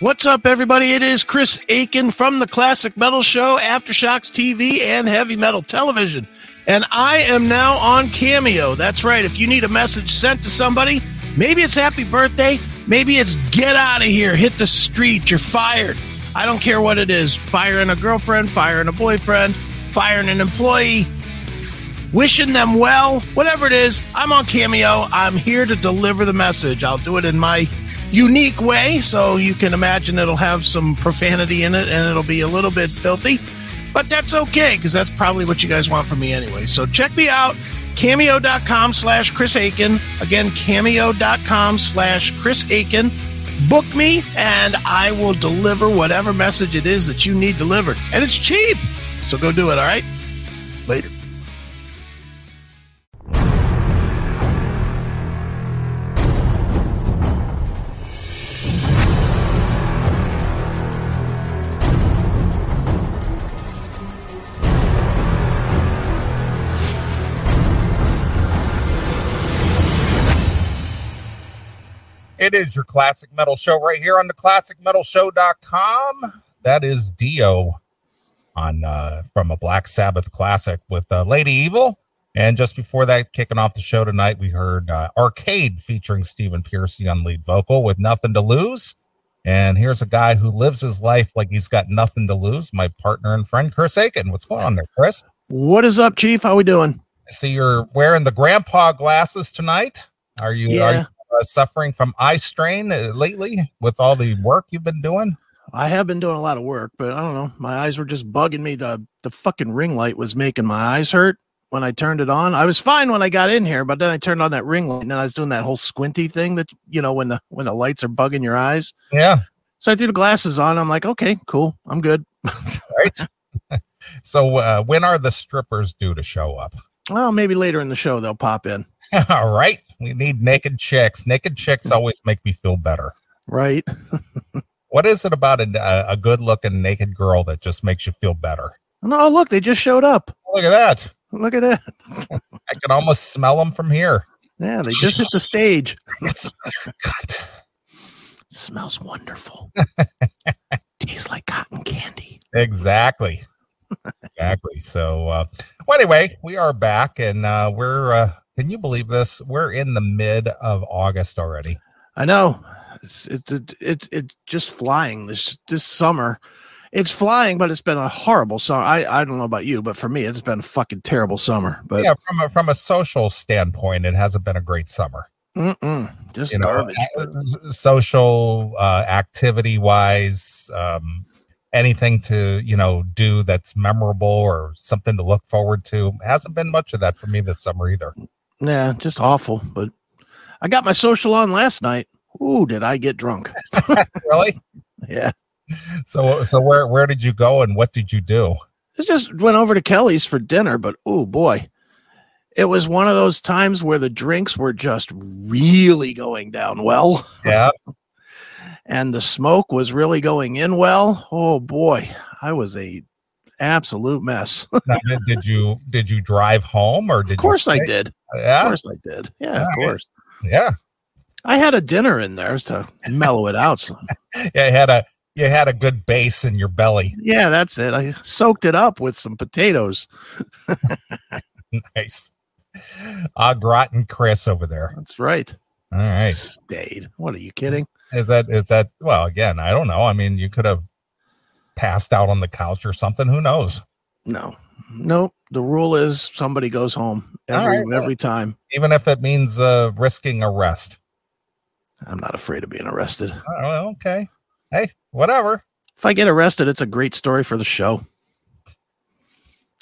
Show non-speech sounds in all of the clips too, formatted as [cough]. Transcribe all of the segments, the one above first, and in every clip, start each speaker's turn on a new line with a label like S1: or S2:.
S1: What's up, everybody? It is Chris Aiken from the Classic Metal Show, Aftershocks TV, and Heavy Metal Television. And I am now on Cameo. That's right. If you need a message sent to somebody, maybe it's happy birthday, maybe it's get out of here, hit the street, you're fired. I don't care what it is firing a girlfriend, firing a boyfriend, firing an employee, wishing them well, whatever it is. I'm on Cameo. I'm here to deliver the message. I'll do it in my unique way, so you can imagine it'll have some profanity in it and it'll be a little bit filthy. But that's okay, because that's probably what you guys want from me anyway. So check me out, cameo.com slash Chris Aiken. Again, cameo.com slash Chris Aiken. Book me, and I will deliver whatever message it is that you need delivered. And it's cheap, so go do it, all right? Later.
S2: It is your classic metal show right here on the classicmetalshow.com. That is Dio on uh, from a Black Sabbath classic with uh, Lady Evil. And just before that, kicking off the show tonight, we heard uh, Arcade featuring Stephen Piercy on lead vocal with Nothing to Lose. And here's a guy who lives his life like he's got nothing to lose. My partner and friend, Chris Aiken. What's going on there, Chris?
S1: What is up, Chief? How we doing?
S2: I see you're wearing the grandpa glasses tonight. Are you, are you uh, suffering from eye strain uh, lately with all the work you've been doing?
S1: I have been doing a lot of work, but I don't know. My eyes were just bugging me. The the fucking ring light was making my eyes hurt when I turned it on. I was fine when I got in here, but then I turned on that ring light and then I was doing that whole squinty thing that you know when the when the lights are bugging your eyes.
S2: Yeah.
S1: So I threw the glasses on. I'm like, okay, cool. I'm good.
S2: right. so uh, when are the strippers due to show up? [laughs]
S1: Well, maybe later in the show they'll pop in.
S2: All right. We need naked chicks. Naked chicks always make me feel better.
S1: Right.
S2: what is it about a, a good looking naked girl that just makes you feel better?
S1: No, "Oh, look, they just showed up.
S2: Look at that.
S1: Look at that.
S2: I can almost smell them from here. [laughs]
S1: Yeah, they just hit the stage.
S2: It's, God.
S1: Smells wonderful. Tastes like cotton candy.
S2: Exactly. exactly. So, uh, well, anyway, we are back and uh, we're, uh, can you believe this? We're in the mid of August already.
S1: I know. It's it, it, it, it just flying this this summer. It's flying, but it's been a horrible summer. I, I don't know about you, but for me, it's been a fucking terrible summer. But
S2: yeah, from a, from a social standpoint, it hasn't been a great summer.
S1: mm-mm, just
S2: You know,
S1: garbage.
S2: uh, social uh, activity wise, um, anything to you know do that's memorable or something to look forward to hasn't been much of that for me this summer either.
S1: yeah, just awful. But I got my social on last night. Ooh, did I get drunk?
S2: Really?
S1: Yeah.
S2: So so where where did you go and what did you do?
S1: I just went over to Kelly's for dinner, but oh boy, it was one of those times where the drinks were just really going down well,
S2: Yeah.
S1: and the smoke was really going in well. Oh boy, I was a absolute mess. of
S2: Now, did- did you did you drive home or did
S1: course,
S2: you
S1: I
S2: stay?
S1: did. Of
S2: Yeah.
S1: course, I did. Yeah, of
S2: Alright.
S1: course.
S2: Yeah.
S1: I had a dinner in there
S2: [laughs]
S1: to mellow it out. some.
S2: Yeah, you had a you had a good base in your belly. [laughs]
S1: Yeah, that's it. I soaked it up with some potatoes.
S2: Nice. Ah, gratin Chris over there.
S1: That's right.
S2: All right.
S1: Stayed. What are you kidding?
S2: Is that is that well again, I don't know. I mean, you could have passed out on the couch or something. Who knows?
S1: No, no. The rule is somebody goes home every
S2: All right.
S1: every time.
S2: Even if it means uh risking arrest.
S1: I'm not afraid of being arrested.
S2: Oh, well, okay. Hey, whatever.
S1: If I get arrested, it's a great story for the show.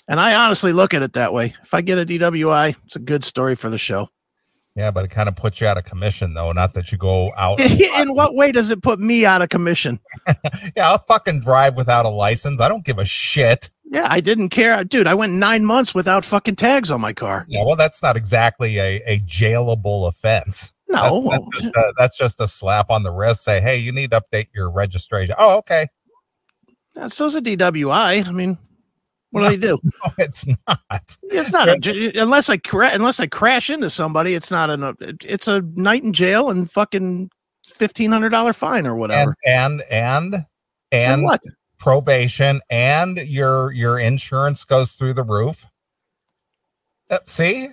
S1: And I honestly look at it that way. If I get a DWI, it's a good story for the show. [laughs]
S2: Yeah, but it kind of puts you out of commission though, not that you go
S1: [laughs]
S2: out.
S1: In what way does it put me out of commission?
S2: yeah, I'll fucking drive without a license. I don't give a shit.
S1: Yeah, I didn't care. Dude, I went nine months without fucking tags on my car.
S2: Yeah, well, that's not exactly a, a jailable offense.
S1: No.
S2: That's, that's
S1: [clears throat]
S2: just a, that's just a slap on the wrist. Say, hey, you need to update your registration. Oh, okay. [laughs]
S1: Yeah, uh, So's a DWI. I mean, what do they
S2: [laughs]
S1: do?
S2: No, it's not.
S1: It's not a, unless I cra- unless I crash into somebody. It's not an. It's a night in jail and fucking fifteen hundred dollar fine or whatever.
S2: and and and, and
S1: what?
S2: probation and your your insurance goes through the roof. Uh, see,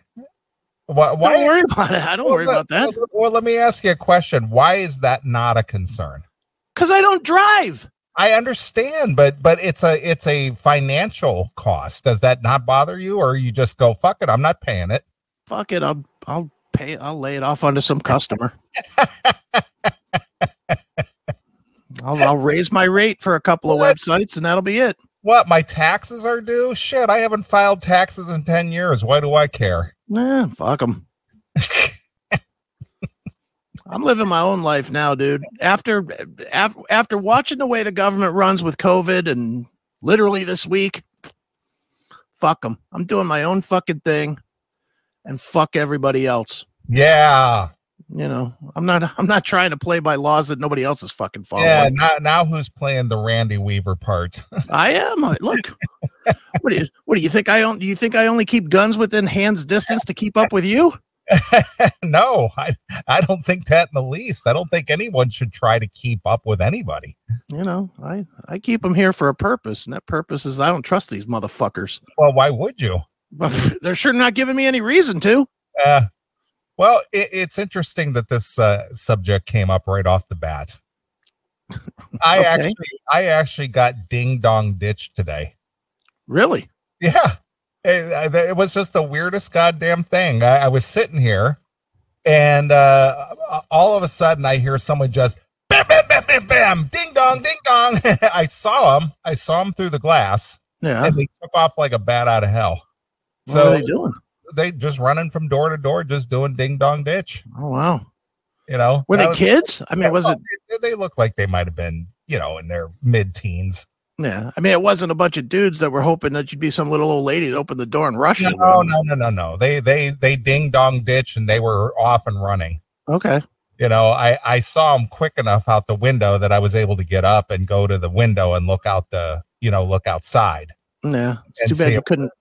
S2: why? why
S1: Don't worry about it. I don't worry
S2: well,
S1: about that
S2: Well, well, let me ask you a question. Why is that not a concern?
S1: because I don't drive.
S2: I understand, but but it's a it's a financial cost. Does that not bother you, or you just go fuck it? I'm not paying it.
S1: Fuck it. I'll I'll pay. I'll lay it off onto some customer. I'll, I'll raise my rate for a couple of
S2: What?
S1: websites and that'll be it.
S2: What? My taxes are due. Shit, I haven't filed taxes in ten years. Why do I care?
S1: Nah, fuck them. I'm living my own life now, dude. After after after watching the way the government runs with COVID and literally this week, fuck them. I'm doing my own fucking thing, and fuck everybody else.
S2: Yeah,
S1: You know, I'm not [laughs] I'm not trying to play by laws that nobody else is fucking following.
S2: yeah. Now now who's playing the Randy Weaver part? [laughs]
S1: I am. I- Look, [laughs] what do you what do you think I don't? Do you think I only keep guns within hands distance to keep up with you?
S2: no, I I don't think that in the least. I don't think anyone should try to keep up with anybody.
S1: you know, I I keep them here for a purpose, and that purpose is I don't trust these motherfuckers.
S2: Well, why would you?
S1: [laughs] They're sure not giving me any reason to.
S2: Uh, well, it, it's interesting that this uh, subject came up right off the bat.
S1: [laughs]
S2: I
S1: Okay.
S2: actually, I actually got ding dong ditched today.
S1: Really?
S2: Yeah, it, I- th- it was just the weirdest goddamn thing. I, I was sitting here, and uh, all of a sudden, I hear someone just bam, bam, bam, bam, bam, ding dong, ding dong. [laughs] I saw him. I saw him through the glass,
S1: Yeah.
S2: and they took off like a bat out of hell.
S1: What are
S2: So
S1: they doing?
S2: they just running from door to door, just doing ding dong ditch.
S1: Oh wow.
S2: You know,
S1: Were
S2: That
S1: they
S2: was- [laughs]
S1: kids? I mean, was it?
S2: They- They look like they might have been, you know, in their mid-teens.
S1: Yeah. I mean, it wasn't a bunch of dudes that were hoping that you'd be some little old lady that opened the door and rushed.
S2: No,
S1: you.
S2: no, no, no, no. They they they ding dong ditch and they were off and running.
S1: Okay.
S2: You know, I I saw them quick enough out the window that I was able to get up and go to the window and look out the, you know, look outside.
S1: Yeah. It's
S2: And
S1: too
S2: see
S1: bad you
S2: it.
S1: couldn't.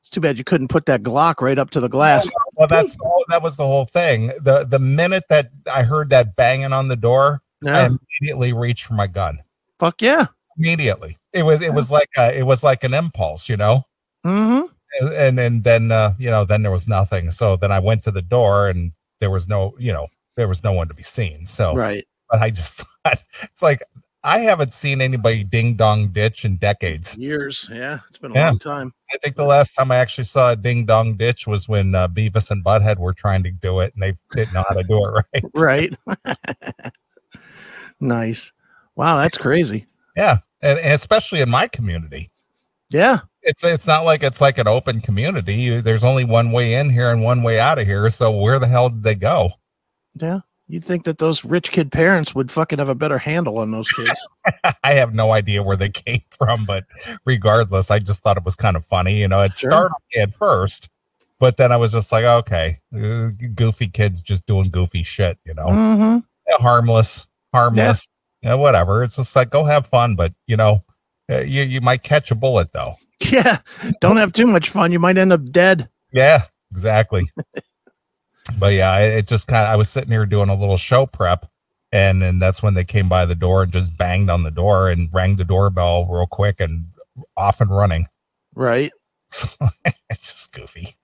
S1: It's too bad you couldn't put that Glock right up to the glass.
S2: Well, that's the whole, that was the whole thing. The the minute that I heard that banging on the door,
S1: Yeah.
S2: I immediately reached for my gun.
S1: Fuck yeah.
S2: Immediately, it was it was like a, it was like an impulse, you know.
S1: Mm-hmm.
S2: and and then uh, you know then there was nothing so then i went to the door and there was no you know there was no one to be seen so
S1: Right.
S2: but i just [laughs] thought it's like i haven't seen anybody ding dong ditch in decades
S1: Years. Yeah. It's been a
S2: Yeah.
S1: long time.
S2: i think the last time i actually saw a ding dong ditch was when uh, beavis and butthead were trying to do it and they didn't know how to do it [laughs] right
S1: right [laughs] nice wow that's crazy
S2: yeah and, and especially in my community
S1: yeah
S2: it's it's not like it's like an open community You- there's only one way in here and one way out of here so where the hell did they go
S1: yeah you'd think that those rich kid parents would fucking have a better handle on those
S2: [laughs]
S1: kids
S2: I have no idea where they [laughs] came from, but regardless, I just thought it was kind of funny. You know, it
S1: Sure.
S2: started at first, but then I was just like, okay, uh, goofy kids just doing goofy shit, you know,
S1: mm-hmm.
S2: Yeah, harmless, harmless, yeah, whatever. It's just like, go have fun, but you know, uh, you, you might catch a bullet though.
S1: yeah don't have too much fun you might end up dead
S2: Yeah, exactly. but yeah, it, it just kind of, I was sitting here doing a little show prep. And then that's when they came by the door and just banged on the door and rang the doorbell real quick and off and running. [laughs]
S1: right
S2: So it's just goofy.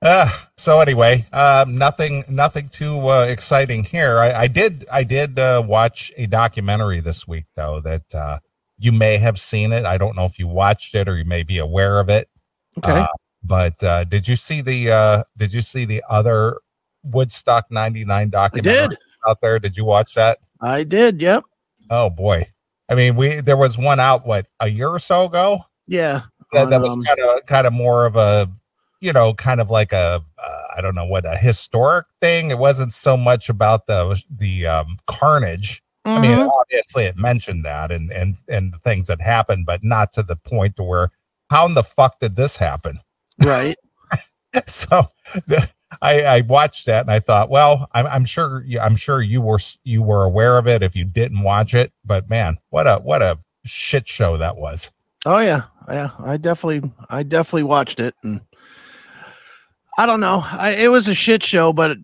S2: Uh, so anyway, um, nothing, nothing too uh, exciting here. I, I did, I did uh, watch a documentary this week though that uh, you may have seen it. I don't know if you watched it or you may be aware of it.
S1: okay
S2: Uh, but uh, did you see the? Uh, did you see the other Woodstock '99
S1: i
S2: documentary
S1: did
S2: out there? Did you watch that?
S1: i did yep
S2: Oh boy! I mean, we there was one out what a year or so ago
S1: yeah
S2: that, that
S1: on,
S2: was
S1: um,
S2: kind of kind of more of a you know kind of like a uh, I don't know what a historic thing. It wasn't so much about the the um, carnage. I mean,
S1: mhm.
S2: obviously it mentioned that and and and the things that happened, but not to the point to where how in the fuck did this happen?
S1: right
S2: [laughs] so the, I, I watched that and I thought, well, I'm, I'm sure you- I'm sure you were s- you were aware of it if you didn't watch it, but man, what a what a shit show that was.
S1: oh yeah yeah i definitely i definitely watched it and i don't know I, it was a shit show but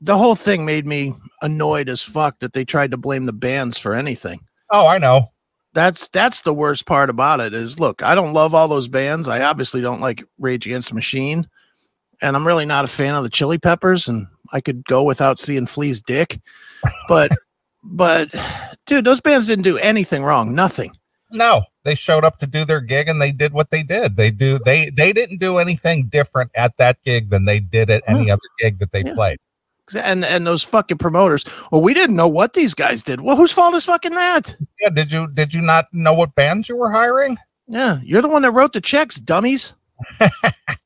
S1: the whole thing made me annoyed as fuck that they tried to blame the bands for anything.
S2: Oh, I know.
S1: That's that's the worst part about it is look, I don't love all those bands. I obviously don't like Rage Against the Machine, and I'm really not a fan of the Chili Peppers, and I could go without seeing Flea's dick. But [laughs] but dude, those bands didn't do anything wrong. Nothing.
S2: No, they showed up to do their gig and they did what they did. They do they they didn't do anything different at that gig than they did at any other gig that they
S1: Yeah.
S2: played.
S1: And and those fucking promoters. Well, we didn't know what these guys did. Well, whose fault is fucking that?
S2: Yeah, did you did you not know what bands you were hiring? [laughs]
S1: Yeah, you're the one that wrote the checks, dummies.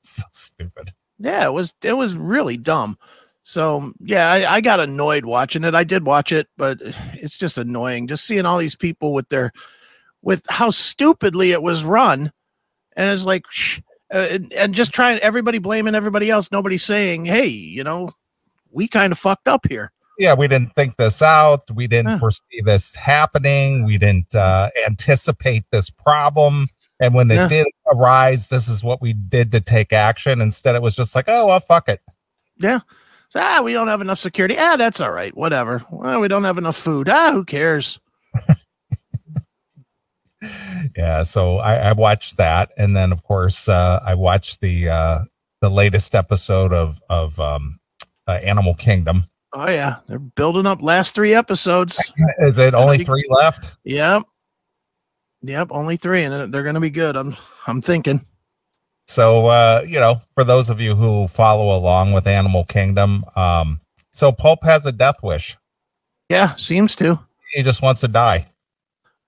S2: so stupid.
S1: yeah it was it was really dumb so yeah I, I got annoyed watching it i did watch it but [sighs] it's just annoying just seeing all these people with their with how stupidly it was run and it's like shh, uh, and, and just trying everybody blaming everybody else nobody saying hey you know we kind of fucked up here
S2: Yeah, we didn't think this out. We didn't
S1: Yeah.
S2: foresee this happening. We didn't uh, anticipate this problem. And when it
S1: Yeah.
S2: did arise, this is what we did to take action. Instead, it was just like, oh well, fuck it.
S1: so, ah we don't have enough security ah that's all right whatever well, we don't have enough food ah who cares
S2: Yeah, so I, I watched that, and then of course uh, I watched the uh, the latest episode of of um, uh, Animal Kingdom.
S1: oh yeah they're building up last three episodes
S2: Is it only three left?
S1: Yep. Yep, only three, and they're going to be good. I'm, I'm thinking.
S2: So uh, you know, for those of you who follow along with Animal Kingdom, um, so Pulp has a death wish.
S1: Yeah, seems to.
S2: He just wants to die.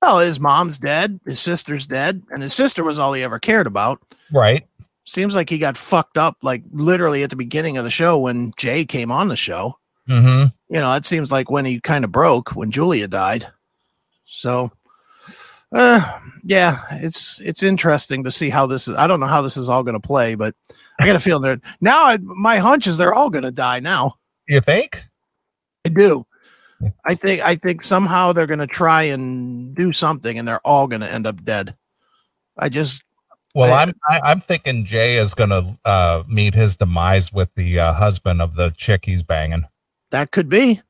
S1: Well, his mom's dead, his sister's dead, and his sister was all he ever cared about.
S2: Right.
S1: Seems like he got fucked up, like literally at the beginning of the show when Jay came on the show.
S2: Mm-hmm.
S1: You know, it seems like when he kind of broke when Julia died. So, uh, yeah, it's it's interesting to see how this is. I don't know how this is all going to play, but I got a feeling that now I, my hunch is they're all going to die now.
S2: You think?
S1: I do.
S2: Yeah.
S1: I think I think somehow they're going to try and do something, and they're all going to end up dead. I just
S2: Well,
S1: I-
S2: I'm I, I'm thinking Jay is gonna uh, meet his demise with the uh, husband of the chick he's banging.
S1: that could be.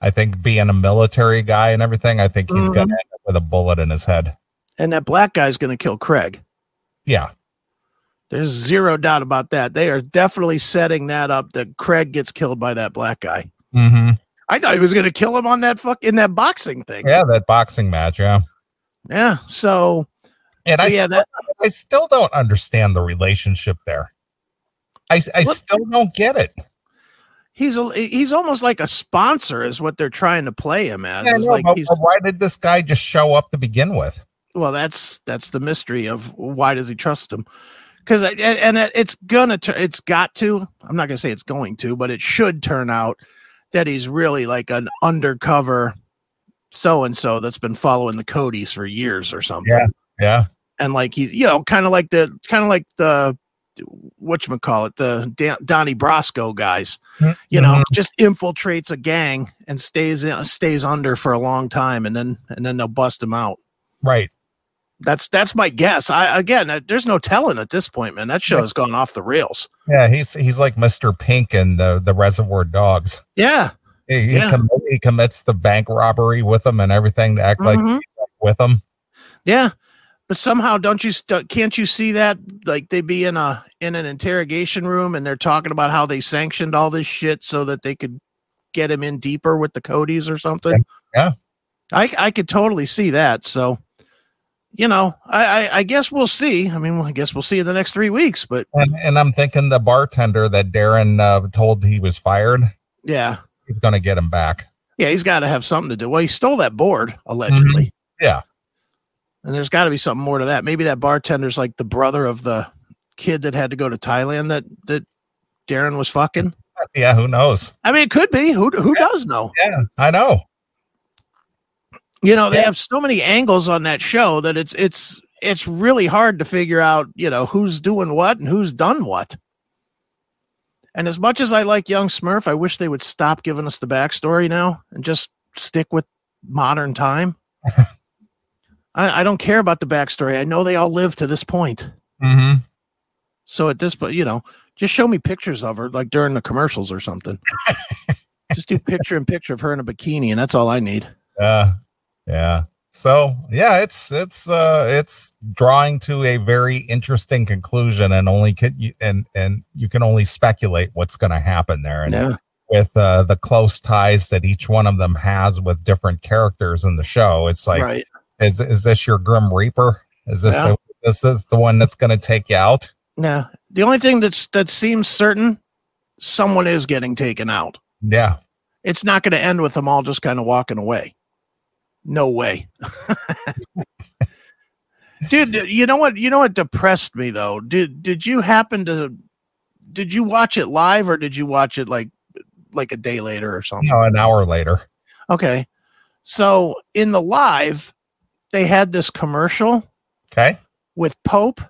S2: I think being a military guy and everything, I think he's gonna
S1: Mm-hmm.
S2: end up with a bullet in his head.
S1: And that black guy's going to kill Craig.
S2: Yeah.
S1: There's zero doubt about that. They are definitely setting that up that Craig gets killed by that black guy.
S2: Mm-hmm.
S1: I thought he was going to kill him on that fuck in that boxing thing.
S2: Yeah, that boxing match. Yeah.
S1: Yeah, So,
S2: And
S1: so
S2: I,
S1: yeah,
S2: still,
S1: that
S2: I still don't understand the relationship there. I, I
S1: What-
S2: still don't get it.
S1: he's a, he's almost like a sponsor is what they're trying to play him as.
S2: Yeah, I
S1: It's
S2: know,
S1: like
S2: but,
S1: he's-
S2: but why did this guy just show up to begin with?
S1: well that's that's the mystery of why does he trust him because and, and it- it's gonna tur- it's got to i'm not gonna say it's going to but it should turn out that he's really like an undercover so and so that's been following the codys for years or something
S2: Yeah.
S1: and like he you know kind of like the kind of like the what you call it the Dan, donnie brasco guys you know just infiltrates a gang and stays in, stays under for a long time and then and then they'll bust him out
S2: Right.
S1: that's that's my guess. I again, uh, there's no telling at this point, man. That show has gone off the rails.
S2: Yeah. He's he's like Mr. Pink and the the Reservoir Dogs.
S1: Yeah,
S2: He, he
S1: Yeah.
S2: commit- he commits the bank robbery with him and everything to act like
S1: mhm,
S2: with him.
S1: yeah. But somehow, don't you st- can't you see that like they be in a in an interrogation room and they're talking about how they sanctioned all this shit so that they could get him in deeper with the Codys or something.
S2: Yeah.
S1: I I could totally see that. So, you know, I I, I guess we'll see. I mean, I guess we'll see in the next three weeks. But
S2: And, and I'm thinking the bartender that Darren uh, told he was fired,
S1: yeah,
S2: he's going to get him back. [laughs]
S1: Yeah, he's got to have something to do. Well, he stole that board allegedly.
S2: Mm-hmm. Yeah.
S1: And there's got to be something more to that. Maybe that bartender's like the brother of the kid that had to go to Thailand that that Darren was fucking.
S2: Yeah, who knows?
S1: I mean, it could be. Who who does know?
S2: Yeah, I know.
S1: You know, they
S2: Yeah.
S1: have so many angles on that show that it's it's it's really hard to figure out, you know, who's doing what and who's done what. And as much as I like Young Smurf, I wish they would stop giving us the backstory now and just stick with modern time. [laughs] I, I don't care about the backstory. I know they all live to this point.
S2: Mm-hmm.
S1: So at this point, you know, just show me pictures of her like during the commercials or something. Just do picture in picture of her in a bikini, and that's all I need.
S2: Uh, yeah. So yeah, it's it's uh it's drawing to a very interesting conclusion, and only can you and and you can only speculate what's going to happen there. And
S1: Yeah.
S2: with uh, the close ties that each one of them has with different characters in the show, it's like
S1: right.
S2: is is this your Grim Reaper? Is this
S1: Yeah.
S2: the this is the one that's going to take you out?
S1: No. The only thing that's that seems certain, someone is getting taken out.
S2: Yeah.
S1: It's not going to end with them all just kind of walking away. No way. [laughs] Dude, you know what? You know what depressed me though. Did did you happen to did you watch it live or did you watch it like like a day later or something?
S2: You know, an hour later.
S1: Okay. So in the live, they had this commercial
S2: Okay.
S1: with Pope,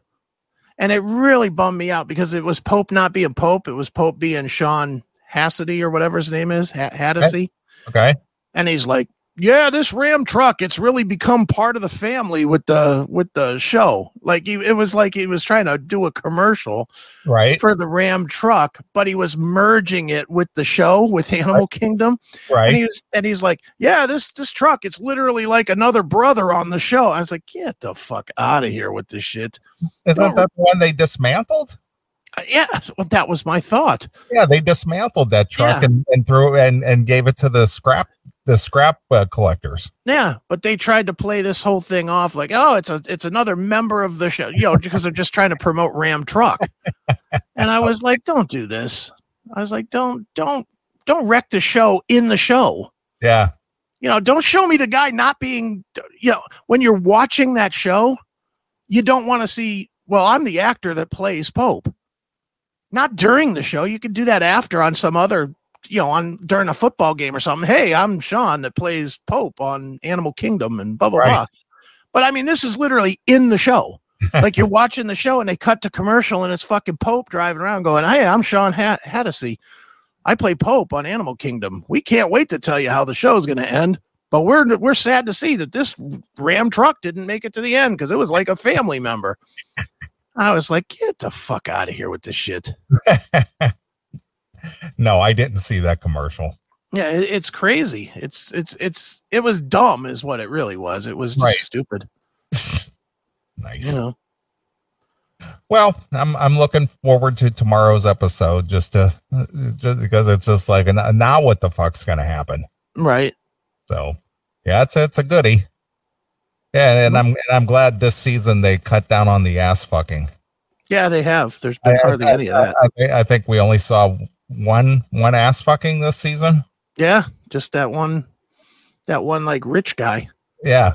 S1: and it really bummed me out because it was Pope not being Pope, it was Pope being Sean Hassity or whatever his name is, ha- Haddisy,
S2: Okay.
S1: and he's like, "Yeah, this Ram truck, it's really become part of the family with the with the show." Like he, it was like he was trying to do a commercial
S2: Right.
S1: for the Ram truck, but he was merging it with the show with Animal Kingdom. And
S2: Right.
S1: he was, and he's like, "Yeah, this this truck, it's literally like another brother on the show." I was like, "Get the fuck out of here with this shit."
S2: Isn't that the one they dismantled?
S1: Uh, yeah, well, that was my thought.
S2: Yeah, they dismantled that truck and, and threw and and gave it to the scrap the scrap uh, collectors.
S1: Yeah, but they tried to play this whole thing off like, "Oh, it's a it's another member of the show," you know, because they're just trying to promote Ram Truck. And I was like, "Don't do this." I was like, "Don't don't don't wreck the show in the show."
S2: Yeah.
S1: you know don't show me the guy not being you know when you're watching that show you don't want to see well i'm the actor that plays pope not during the show you could do that after on some other you know on during a football game or something hey i'm sean that plays pope on animal kingdom and blah blah
S2: Right.
S1: blah but i mean this is literally in the show like you're watching the show and they cut to commercial and it's fucking pope driving around going hey i'm sean Hat- Hattasy. I play Pope on Animal Kingdom. We can't wait to tell you how the show's going to end, but we're we're sad to see that this Ram truck didn't make it to the end because it was like a family member. I was like, get the fuck out of here with this shit.
S2: No, I didn't see that commercial. [laughs]
S1: Yeah, it, it's crazy. It's it's it's it was dumb, is what it really was. It was just
S2: Right.
S1: stupid.
S2: nice.
S1: You know,
S2: Well, I'm I'm looking forward to tomorrow's episode just to just because it's just like "N- now what the fuck's gonna happen.
S1: right?
S2: So yeah, it's it's a goodie. Yeah, and I'm and I'm glad this season they cut down on the ass fucking.
S1: Yeah, they have. There's been hardly any of that.
S2: I, I- I think we only saw one one ass fucking this season.
S1: Yeah, just that one, that one like rich guy.
S2: Yeah.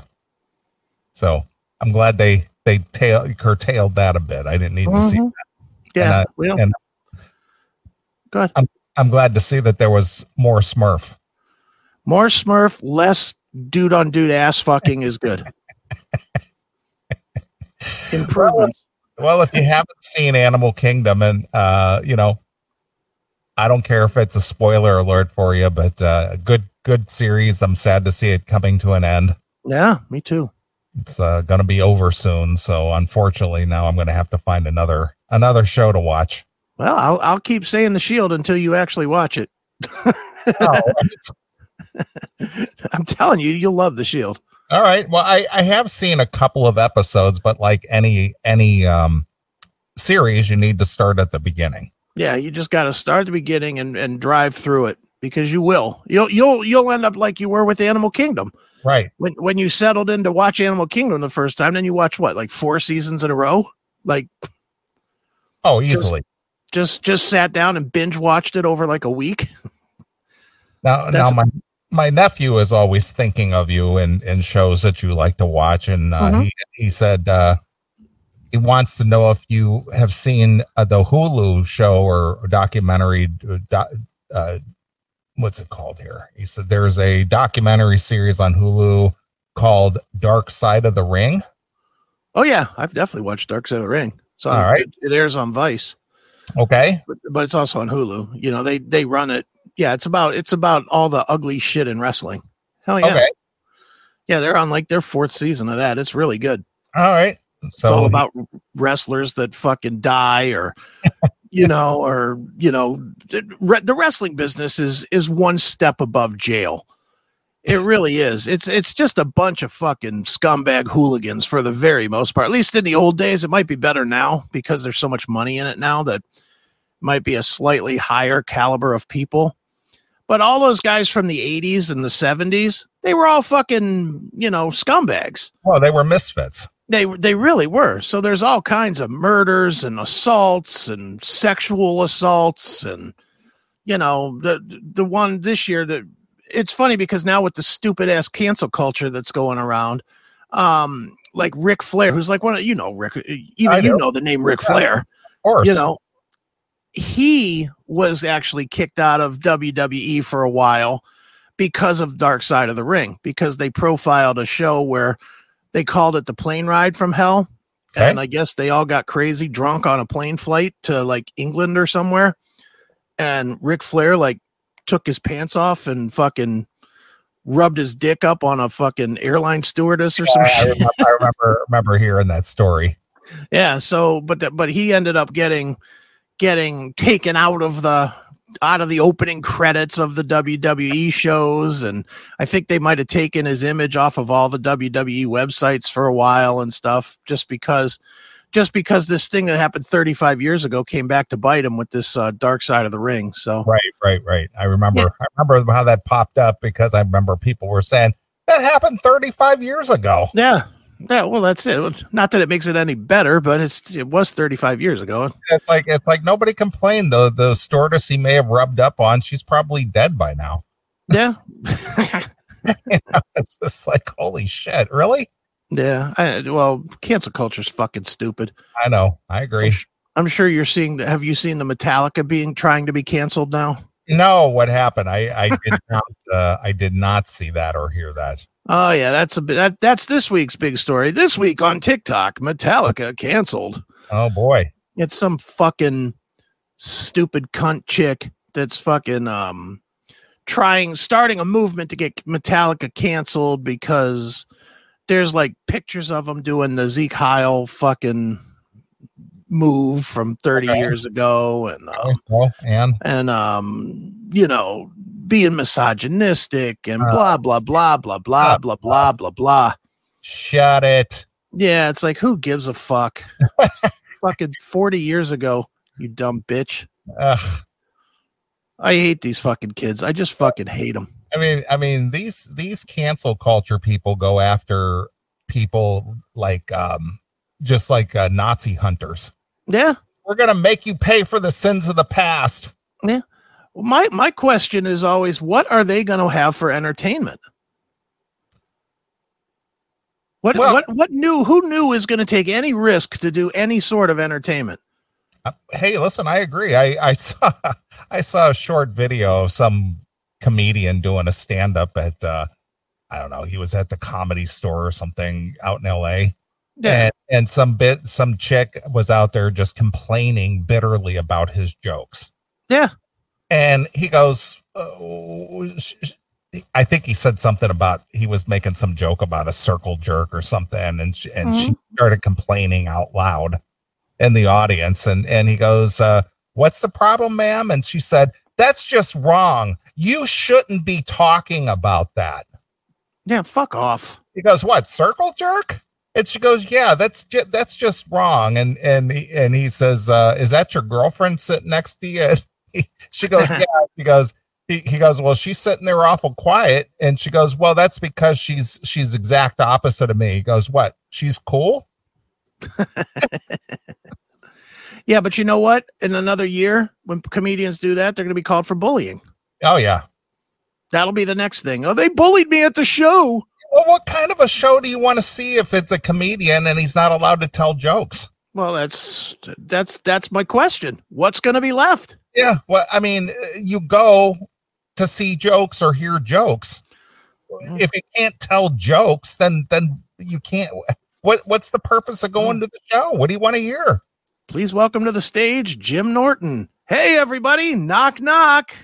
S2: So I'm glad they they tail curtailed that a bit. I didn't need to see.
S1: Mhm. Yeah,
S2: I-
S1: we don't-
S2: and- uh,
S1: Go ahead.
S2: I'm glad to see that there was more Smurf.
S1: More Smurf, less dude on dude ass fucking is good. Improvements.
S2: Well, if you haven't seen Animal Kingdom, and uh, you know, I don't care if it's a spoiler alert for you, but uh, good good series. I'm sad to see it coming to an end.
S1: Yeah, me too.
S2: It's uh, going to be over soon, so unfortunately, now I'm going to have to find another another show to watch.
S1: Well, I'll I'll keep saying the shield until you actually watch it. [laughs] I'm telling you, you'll love the shield.
S2: All right. Well, I I have seen a couple of episodes, but like any any um series, you need to start at the beginning.
S1: Yeah, you just got to start at the beginning and and drive through it because you will. You'll you'll you'll end up like you were with Animal Kingdom
S2: Right.
S1: when when you settled in to watch Animal Kingdom the first time. Then you watch what like four seasons in a row. Like
S2: Oh, easily.
S1: just just sat down and binge watched it over like a week.
S2: Now, now
S1: That's-
S2: my my nephew is always thinking of you and and shows that you like to watch, and uh,
S1: Mhm.
S2: he he said uh, he wants to know if you have seen uh, the Hulu show or documentary. uh, doc- uh, what's it called here? He said there's a documentary series on Hulu called Dark Side of the Ring.
S1: Oh yeah, I've definitely watched Dark Side of the Ring. So
S2: All right.
S1: it, it airs on Vice,
S2: Okay,
S1: but, but it's also on Hulu. You know, they they run it. Yeah, it's about it's about all the ugly shit in wrestling. Hell yeah.
S2: okay,
S1: Yeah, they're on like their fourth season of that. It's really good.
S2: all right.
S1: It's all
S2: So
S1: about wrestlers that fucking die or you know, or you know, the re- the wrestling business is is one step above jail. It really is. It's it's just a bunch of fucking scumbag hooligans for the very most part. At least in the old days, it might be better now because there's so much money in it now that might be a slightly higher caliber of people. But all those guys from the 80s and the 70s, they were all fucking, you know, scumbags.
S2: Well, oh, they were misfits.
S1: They they really were. So there's all kinds of murders and assaults and sexual assaults and you know, the the one this year that it's funny because now with the stupid ass cancel culture that's going around, um, like Ric Flair, who's like one of you know Rick, even
S2: I
S1: you
S2: know.
S1: know the name Ric
S2: Yeah,
S1: Flair,
S2: Of course.
S1: you know, he was actually kicked out of WWE for a while because of Dark Side of the Ring because they profiled a show where they called it the plane ride from hell,
S2: Okay.
S1: and I guess they all got crazy drunk on a plane flight to like England or somewhere, and Ric Flair like took his pants off and fucking rubbed his dick up on a fucking airline stewardess or some
S2: I, I
S1: shit.
S2: remember, I remember remember hearing that story.
S1: Yeah. So, but th- but he ended up getting getting taken out of the out of the opening credits of the WWE shows, and I think they might have taken his image off of all the WWE websites for a while and stuff, just because just because this thing that happened 35 years ago came back to bite him with this uh, dark side of the ring. So
S2: Right, right, right. I remember. I remember how that popped up because I remember people were saying that happened 35 years ago.
S1: yeah. Yeah, well, that's it. Not that it makes it any better, but it's it was 35 years ago.
S2: It's like it's like nobody complained. The the stewardess he may have rubbed up on, she's probably dead by now. [laughs]
S1: Yeah, [laughs]
S2: It's just like holy shit, really?
S1: yeah. I, well, cancel culture's fucking stupid.
S2: I know. I agree.
S1: I'm sure you're seeing that. Have you seen the Metallica being trying to be canceled now?
S2: No, what happened? I I did [laughs] not uh, I did not see that or hear that.
S1: Oh yeah, that's a bit. That, that's this week's big story. This week on TikTok, Metallica canceled.
S2: Oh boy.
S1: It's some fucking stupid cunt chick that's fucking um trying starting a movement to get Metallica canceled because there's like pictures of them doing the Zeke Heil fucking move from 30
S2: Okay.
S1: years ago and uh,
S2: Well, and
S1: and um, you know, being misogynistic and blah
S2: Uh,
S1: blah blah blah blah
S2: uh,
S1: blah blah blah blah.
S2: shut it.
S1: Yeah, it's like who gives a fuck? fucking forty years ago, you dumb bitch.
S2: Ugh.
S1: I hate these fucking kids. I just fucking hate them.
S2: I mean, I mean these these cancel culture people go after people like um just like uh, Nazi hunters.
S1: Yeah.
S2: We're gonna make you pay for the sins of the past.
S1: My my question is always, what are they going to have for entertainment? What
S2: Well-
S1: what what new? Who knew is going to take any risk to do any sort of entertainment?
S2: Uh, hey, listen, I agree. I I saw [laughs] I saw a short video of some comedian doing a stand up at uh I don't know, he was at the comedy store or something out in LA. And, and some bit some chick was out there just complaining bitterly about his jokes.
S1: Yeah.
S2: And he goes, oh, sh- sh- I think he said something about he was making some joke about a circle jerk or something, and she, and she started complaining out loud in the audience. And and he goes, uh, "What's the problem, ma'am?" And she said, "That's just wrong. You shouldn't be talking about that."
S1: Yeah, fuck off.
S2: He goes, "What circle jerk?" And she goes, "Yeah, that's ju- that's just wrong." And and he, and he says, uh, "Is that your girlfriend sitting next to you?" [laughs] And he- she goes, "Yeah." She goes, he, he goes, "Well, she's sitting there awful quiet." And she goes, "Well, that's because she's she's exact opposite of me." He goes, "What? She's cool."
S1: Yeah, but you know what? In another year, when comedians do that, they're going to be called for bullying.
S2: Oh yeah.
S1: That'll be the next thing. Oh, they bullied me at the show.
S2: Well, what kind of a show do you want to see if it's a comedian and he's not allowed to tell jokes?
S1: Well, that's that's that's my question. What's going to be left?
S2: Yeah. Well, I mean, uh, you go to see jokes or hear jokes.
S1: Mhm.
S2: If you can't tell jokes, then then you can't. What what's the purpose of going to the show? What do you want to hear?
S1: Please welcome to the stage Jim Norton. Hey everybody, knock knock.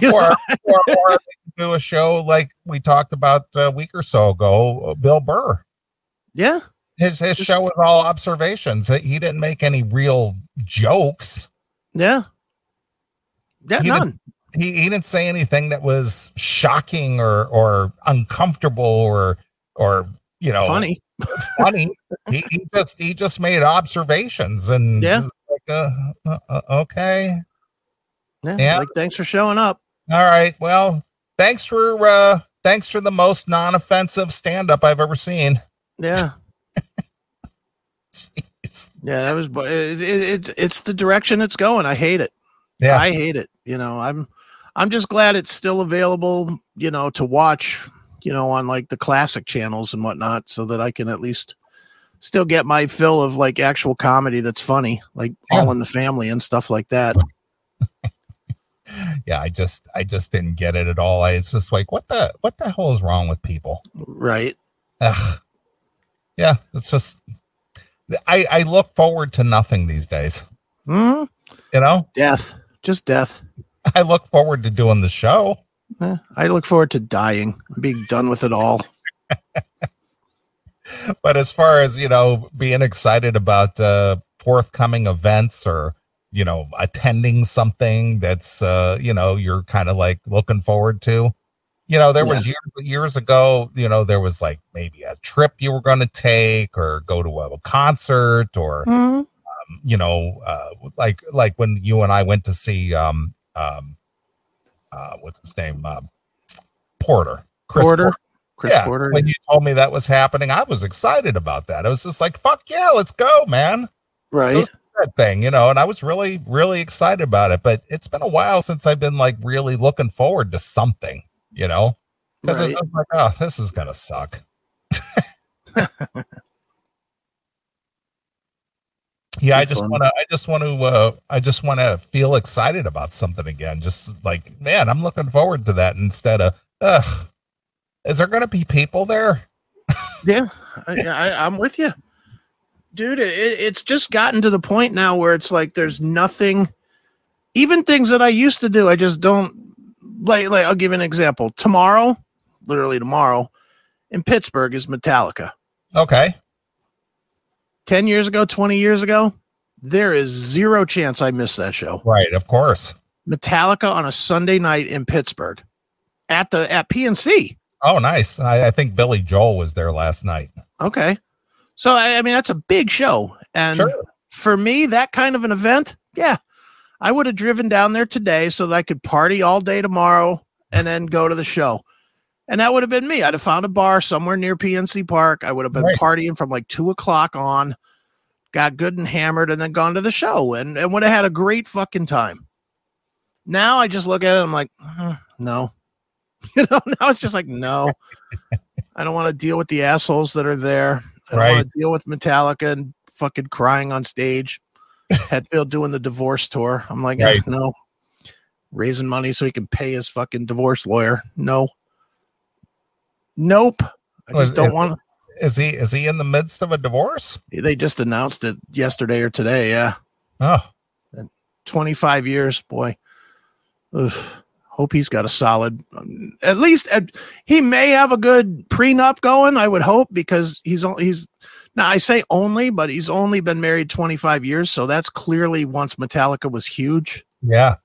S1: You know,
S2: Or or, or do a show like we talked about a week or so ago, uh, Bill Burr.
S1: yeah.
S2: His his show was all observations. He didn't make any real jokes.
S1: Yeah. Yeah,
S2: He
S1: none.
S2: He, he didn't say anything that was shocking or or uncomfortable or or you know
S1: Funny.
S2: funny. he, he just he just made observations and
S1: Yeah.
S2: it's like, uh, uh, uh, okay,
S1: Yeah.
S2: Yeah.
S1: Like, thanks for showing up.
S2: all right. Well, thanks for uh, thanks for the most non-offensive stand-up I've ever seen. [laughs]
S1: Yeah.
S2: Jeez.
S1: Yeah. That was, bu- it, it, it, it's the direction it's going. I hate it.
S2: Yeah,
S1: I hate it. You know, I'm, I'm just glad it's still available, you know, to watch, you know, on like the classic channels and whatnot so that I can at least still get my fill of like actual comedy that's funny, like
S2: Yeah.
S1: all in the family and stuff like that.
S2: yeah. I just I just didn't get it at all. I, it's just like what the what the hell is wrong with people?
S1: Right.
S2: Ugh. Yeah, it's just I I look forward to nothing these days.
S1: hmm
S2: You know,
S1: Death. Just death.
S2: I look forward to doing the show.
S1: Eh, I look forward to dying, being done with it all.
S2: but as far as you know being excited about uh forthcoming events or you know attending something that's uh you know you're kind of like looking forward to you know there was years, years ago you know there was like maybe a trip you were going to take or go to a concert or um, you know uh like like when you and i went to see um um uh what's his name um porter Chris
S1: Porter. Chris
S2: yeah,
S1: Porter.
S2: when you told me that was happening, I was excited about that. I was just like, "Fuck yeah, let's go, man!" Let's go
S1: right.
S2: see that thing, you know. And I was really, really excited about it. But it's been a while since I've been like really looking forward to something, you know, because
S1: right.
S2: I was like, "Oh, this is gonna suck." yeah, I just
S1: Fun.
S2: want to. I just want to. Uh, I just want to feel excited about something again. Just like, man, I'm looking forward to that instead of. Ugh, is there going to be people there?
S1: Yeah, I, I, I'm with you, dude. It, it's just gotten to the point now where it's like there's nothing, even things that I used to do. I just don't like. Like I'll give you an example. Tomorrow, literally tomorrow, in Pittsburgh is Metallica.
S2: Okay.
S1: Ten years ago, twenty years ago, there is zero chance I miss that show.
S2: Right, of course.
S1: Metallica on a Sunday night in Pittsburgh, at the at PNC.
S2: Oh, nice. I, I think Billy Joel was there last night.
S1: Okay. So I, I mean that's a big show. And
S2: Sure.
S1: for me, that kind of an event, yeah. I would have driven down there today so that I could party all day tomorrow and then go to the show. And that would have been me. I'd have found a bar somewhere near PNC Park. I would have been
S2: Right.
S1: partying from like two o'clock on, got good and hammered, and then gone to the show and, and would have had a great fucking time. Now I just look at it, I'm like, "Mm, no. [laughs] You know, now it's just like, no. I don't want to deal with the assholes that are there. I don't want to deal with Metallica and fucking crying on
S2: [laughs]
S1: stage. Hetfield doing the divorce tour. I'm like, eh,
S2: Right.
S1: no. Raising money so he can pay his fucking divorce lawyer. No. Nope. I
S2: Was-
S1: just don't
S2: is-
S1: want
S2: Is he is he in the midst of a divorce?
S1: to. They just announced it yesterday or today. Yeah.
S2: Oh,
S1: 25 years, boy. Ugh. Hope he's got a solid, um, at least uh, he may have a good prenup going. I would hope because he's only he's now I say only, but he's only been married 25 years, so that's clearly once Metallica was huge.
S2: yeah.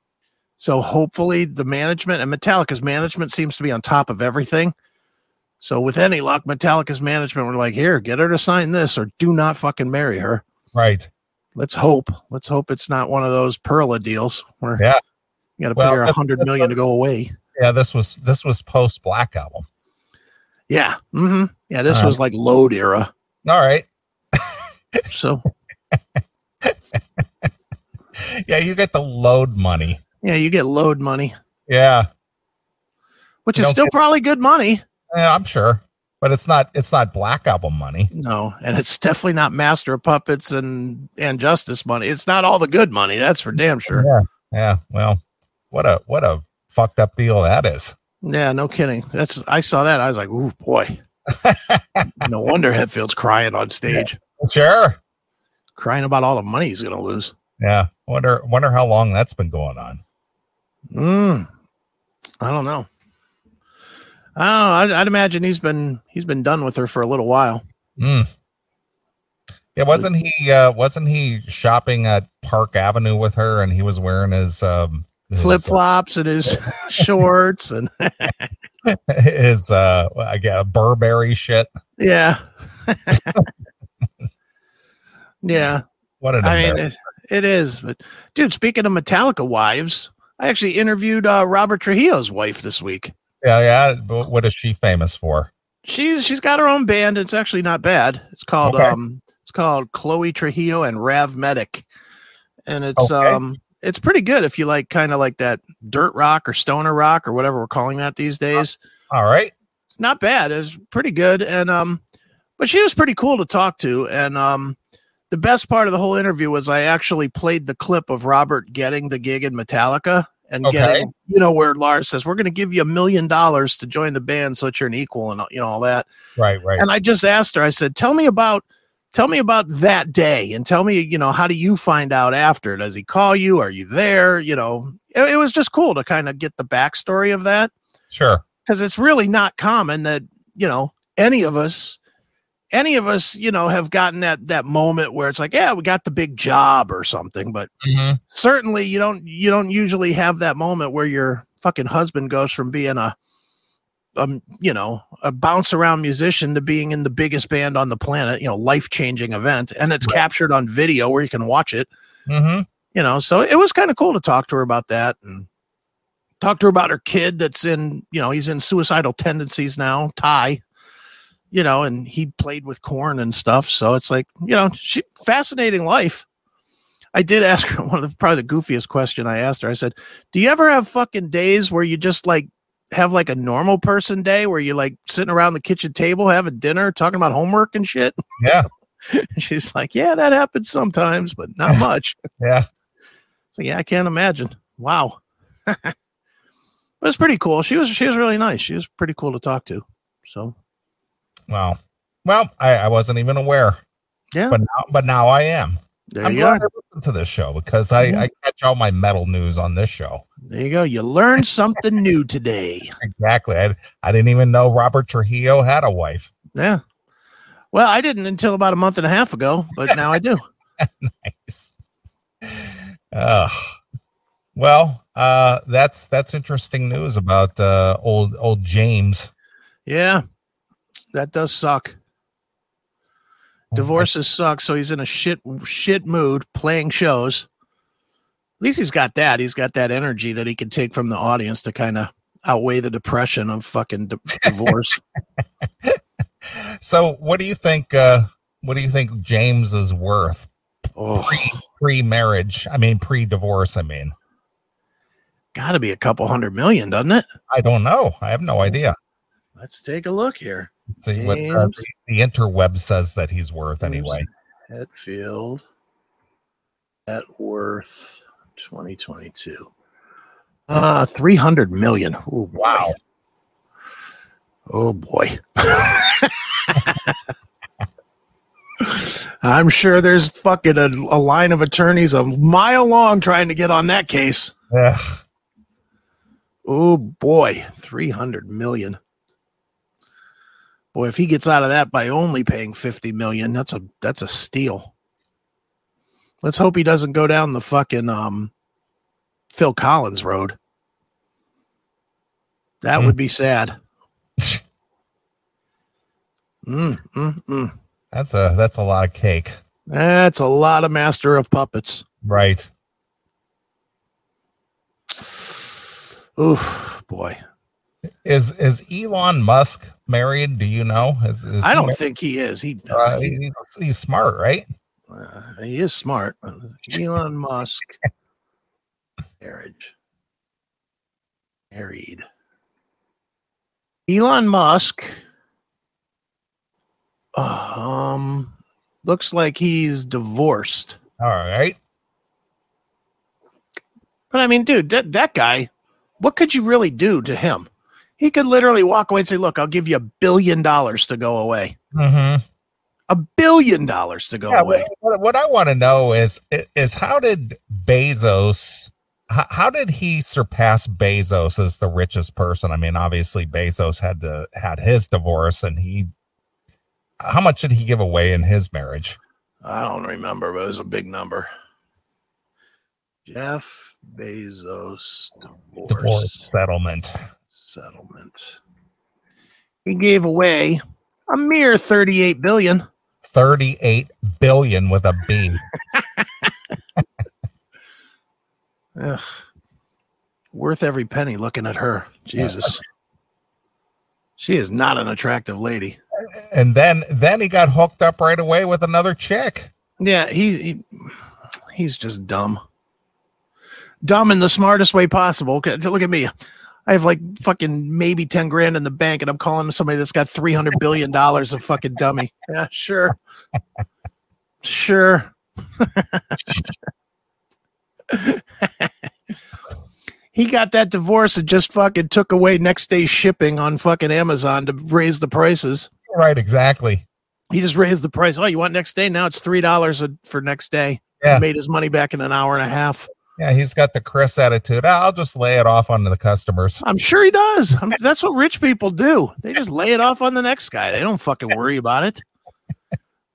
S1: So hopefully the management and Metallica's management seems to be on top of everything. So with any luck, Metallica's management were like, here, get her to sign this or do not fucking marry her
S2: Right.
S1: let's hope let's hope it's not one of those perla deals where
S2: Yeah.
S1: you got to
S2: Well,
S1: pay her a
S2: that's-
S1: hundred
S2: that's
S1: million to go away
S2: Yeah, this was this was post black album.
S1: yeah hmm yeah this
S2: Uh.
S1: was like load era
S2: All right.
S1: so
S2: Yeah, you get the load money.
S1: yeah you get load money
S2: Yeah.
S1: which
S2: You
S1: is
S2: don't
S1: still probably good money
S2: yeah, I'm sure. But it's not it's not black album money.
S1: no and it's [laughs] definitely not master of puppets and and justice money it's not all the good money that's for damn sure
S2: Yeah. Yeah. Well, what a what a fucked up deal that is.
S1: yeah no kidding that's i saw that i was like ooh boy no wonder hetfield's crying on stage
S2: Sure.
S1: crying about all the money he's gonna lose
S2: Yeah. Wonder wonder how long that's been going on.
S1: Mm, I don't know. I don't know. I'd, I'd imagine he's been he's been done with her for a little while.
S2: Mm. Yeah, wasn't he? Uh, wasn't he shopping at Park Avenue with her, and he was wearing his um, his,
S1: Flip flops and his shorts and
S2: [laughs] his uh, I guess Burberry shit.
S1: yeah. yeah.
S2: What an
S1: I mean,
S2: embarrassment.
S1: it, it is. But dude, speaking of Metallica wives, I actually interviewed uh, Robert Trujillo's wife this week.
S2: yeah, yeah. But what is she famous for?
S1: She's she's got her own band. It's actually not bad. It's called
S2: Okay.
S1: um, it's called Chloe Trujillo and Rav Medic, and it's
S2: Okay.
S1: um, it's pretty good if you like kind of like that dirt rock or stoner rock or whatever we're calling that these
S2: Uh-huh.
S1: days.
S2: All right,
S1: It's not bad. It's pretty good, and um, but she was pretty cool to talk to, and um. The best part of the whole interview was I actually played the clip of Robert getting the gig in Metallica and
S2: Okay.
S1: getting, you know, where Lars says, We're going to give you a million dollars to join the band so that you're an equal and, you know, all that
S2: right, right.
S1: and I just asked her. I said, "Tell me about, tell me about that day, and tell me, you know, how do you find out after? Does he call you? Are you there? You know, it, it was just cool to kind of get the backstory of that
S2: Sure.
S1: because it's really not common that you know any of us, any of us, you know, have gotten that that moment where it's like, yeah, we got the big job or something, but
S2: Mhm.
S1: certainly you don't you don't usually have that moment where your fucking husband goes from being a um you know a bounce around musician to being in the biggest band on the planet you know life changing event and it's
S2: Right.
S1: captured on video where you can watch it
S2: Mhm.
S1: you know so it was kind of cool to talk to her about that and talk to her about her kid that's in you know he's in suicidal tendencies now ty you know and he played with corn and stuff so it's like you know she fascinating life i did [laughs] ask her one of the probably the goofiest question i asked her i said do you ever have fucking days where you just like have like a normal person day where you like sitting around the kitchen table having dinner talking about homework and shit
S2: Yeah.
S1: [laughs] she's like yeah that happens sometimes but not much
S2: Yeah.
S1: so yeah, I can't imagine. Wow. [laughs] it was pretty cool. She was she was really nice. She was pretty cool to talk to. So
S2: Wow. Well, I, I wasn't even aware.
S1: Yeah.
S2: But now, but now I am.
S1: there
S2: I'm
S1: you
S2: glad
S1: go.
S2: I listened to this show because I,
S1: Mhm.
S2: I catch all my metal news on this show.
S1: There you go. You learned something new today.
S2: Exactly. I, I didn't even know Robert Trujillo had a wife.
S1: Yeah. Well, I didn't until about a month and a half ago, but now I
S2: [laughs]
S1: do.
S2: Nice. Ugh. well, uh, that's that's interesting news about uh, old old James.
S1: Yeah. That does suck.
S2: Mm-hmm.
S1: Divorces suck, so he's in a shit shit mood playing shows. At least he's got that. He's got that energy that he can take from the audience to kind of outweigh the depression of fucking
S2: [laughs]
S1: di- divorce.
S2: So, what do you think? Uh, what do you think James is worth
S1: oh,
S2: pre-marriage? I mean, pre-divorce. I mean,
S1: got to be a couple hundred million, doesn't it?
S2: I don't know. I have no idea.
S1: Let's take a look here.
S2: See what uh,
S1: James.
S2: the, the interweb says that he's worth anyway.
S1: Hetfield at worth 2022. Uh, 300 million. Ooh, boy.
S2: Wow.
S1: Oh boy. [laughs] I'm sure there's fucking a, a line of attorneys a mile long trying to get on that case.
S2: Ugh.
S1: Oh boy, 300 million. Boy, if he gets out of that by only paying 50 million, that's a that's a steal. Let's hope he doesn't go down the fucking um Phil Collins road. That
S2: Hmm.
S1: would be
S2: [laughs]
S1: sad. mm, mm, mm.
S2: That's a that's a lot of cake,
S1: That's a lot of master of puppets.
S2: right?
S1: Oof, boy.
S2: Is is Elon Musk married? Do you know? Is, is
S1: I
S2: he
S1: don't
S2: married?
S1: think he is. He
S2: Uh, he's, he's smart, right?
S1: Uh, he is smart. Uh, Elon Musk. Marriage. Married. Elon Musk. Um, looks like he's divorced.
S2: All right.
S1: But I mean, dude, that that guy, what could you really do to him? He could literally walk away and say, "Look, I'll give you a billion dollars to go away.
S2: Mm-hmm.
S1: A billion dollars to go
S2: Yeah,
S1: away."
S2: what, what- what I want to know is is how did Bezos how, how did he surpass Bezos as the richest person? I mean, obviously Bezos had to had his divorce and he how much did he give away in his marriage?
S1: I don't remember, but it was a big number. Jeff Bezos divorce,
S2: Divorce settlement.
S1: settlement. He gave away a mere 38 billion.
S2: 38 billion with a B.
S1: Ugh. Worth every penny looking at her. Jesus. She is not an attractive lady.
S2: And then then he got hooked up right away with another chick.
S1: Yeah, he, he he's just dumb. Dumb in the smartest way possible. Okay, Look at me. I have like fucking maybe 10 grand in the bank and I'm calling somebody that's got 300 billion dollars of fucking dummy. Yeah, sure. Sure. [laughs] he got that divorce and just fucking took away next day shipping on fucking Amazon to raise the prices
S2: Right, exactly.
S1: he just raised the price. Oh, you want next day? Now it's three dollars for next day.
S2: Yeah.
S1: He made his money back in an hour and a half.
S2: Yeah, he's got the Chris attitude. "Ah, I'll just lay it off onto the customers.
S1: I'm sure he does. I'm, that's what rich people do. They just lay it off on the next guy. They don't fucking worry about it.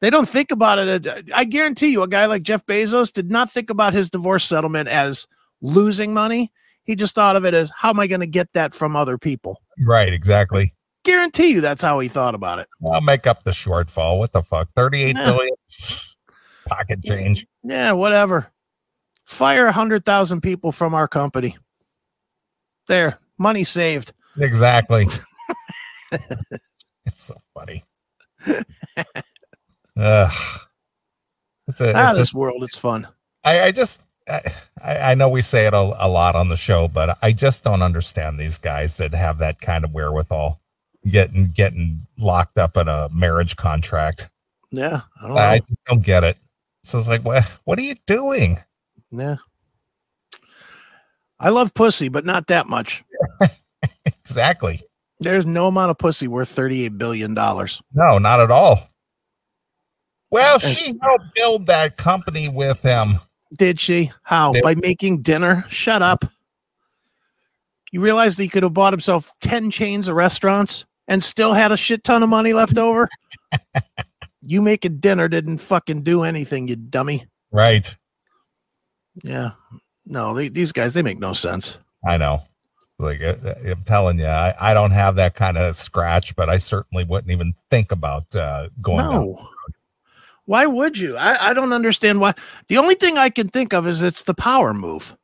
S1: They don't think about it. I guarantee you, a guy like Jeff Bezos did not think about his divorce settlement as losing money. He just thought of it as how am I going to get that from other people?
S2: Right, exactly.
S1: Guarantee you, that's how he thought about it.
S2: I'll make up the shortfall. What the fuck? Thirty-eight
S1: Yeah.
S2: billion pocket change.
S1: Yeah, whatever. Fire 100,000 people from our company. There, money saved.
S2: Exactly. it's so funny. Ugh.
S1: Out
S2: It's a, it's
S1: of
S2: a
S1: Ah, this world, it's fun.
S2: I, I just I, I I know we say it a, a lot on the show, but I just don't understand these guys that have that kind of wherewithal getting getting locked up in a marriage contract.
S1: Yeah, I don't know.
S2: I just don't get it. So it's like, what what are you doing?
S1: yeah. I love pussy, but not that much.
S2: Exactly.
S1: There's no amount of pussy worth $38 billion. Well,
S2: No, not at all. Well,
S1: Yes.
S2: she helped build that company with him.
S1: Did she? How?
S2: They-
S1: By making dinner? Shut up. You realize that he could have bought himself 10 chains of restaurants and still had a shit ton of money left over? you making dinner didn't fucking do anything, you dummy.
S2: Right.
S1: Yeah. No, they, these guys, they make no sense.
S2: I know. Like uh, uh, I'm telling you, I, I don't have that kind of scratch, but I certainly wouldn't even think about uh, going. down
S1: No. Why would you? I, I don't understand why. The only thing I can think of is it's the power move.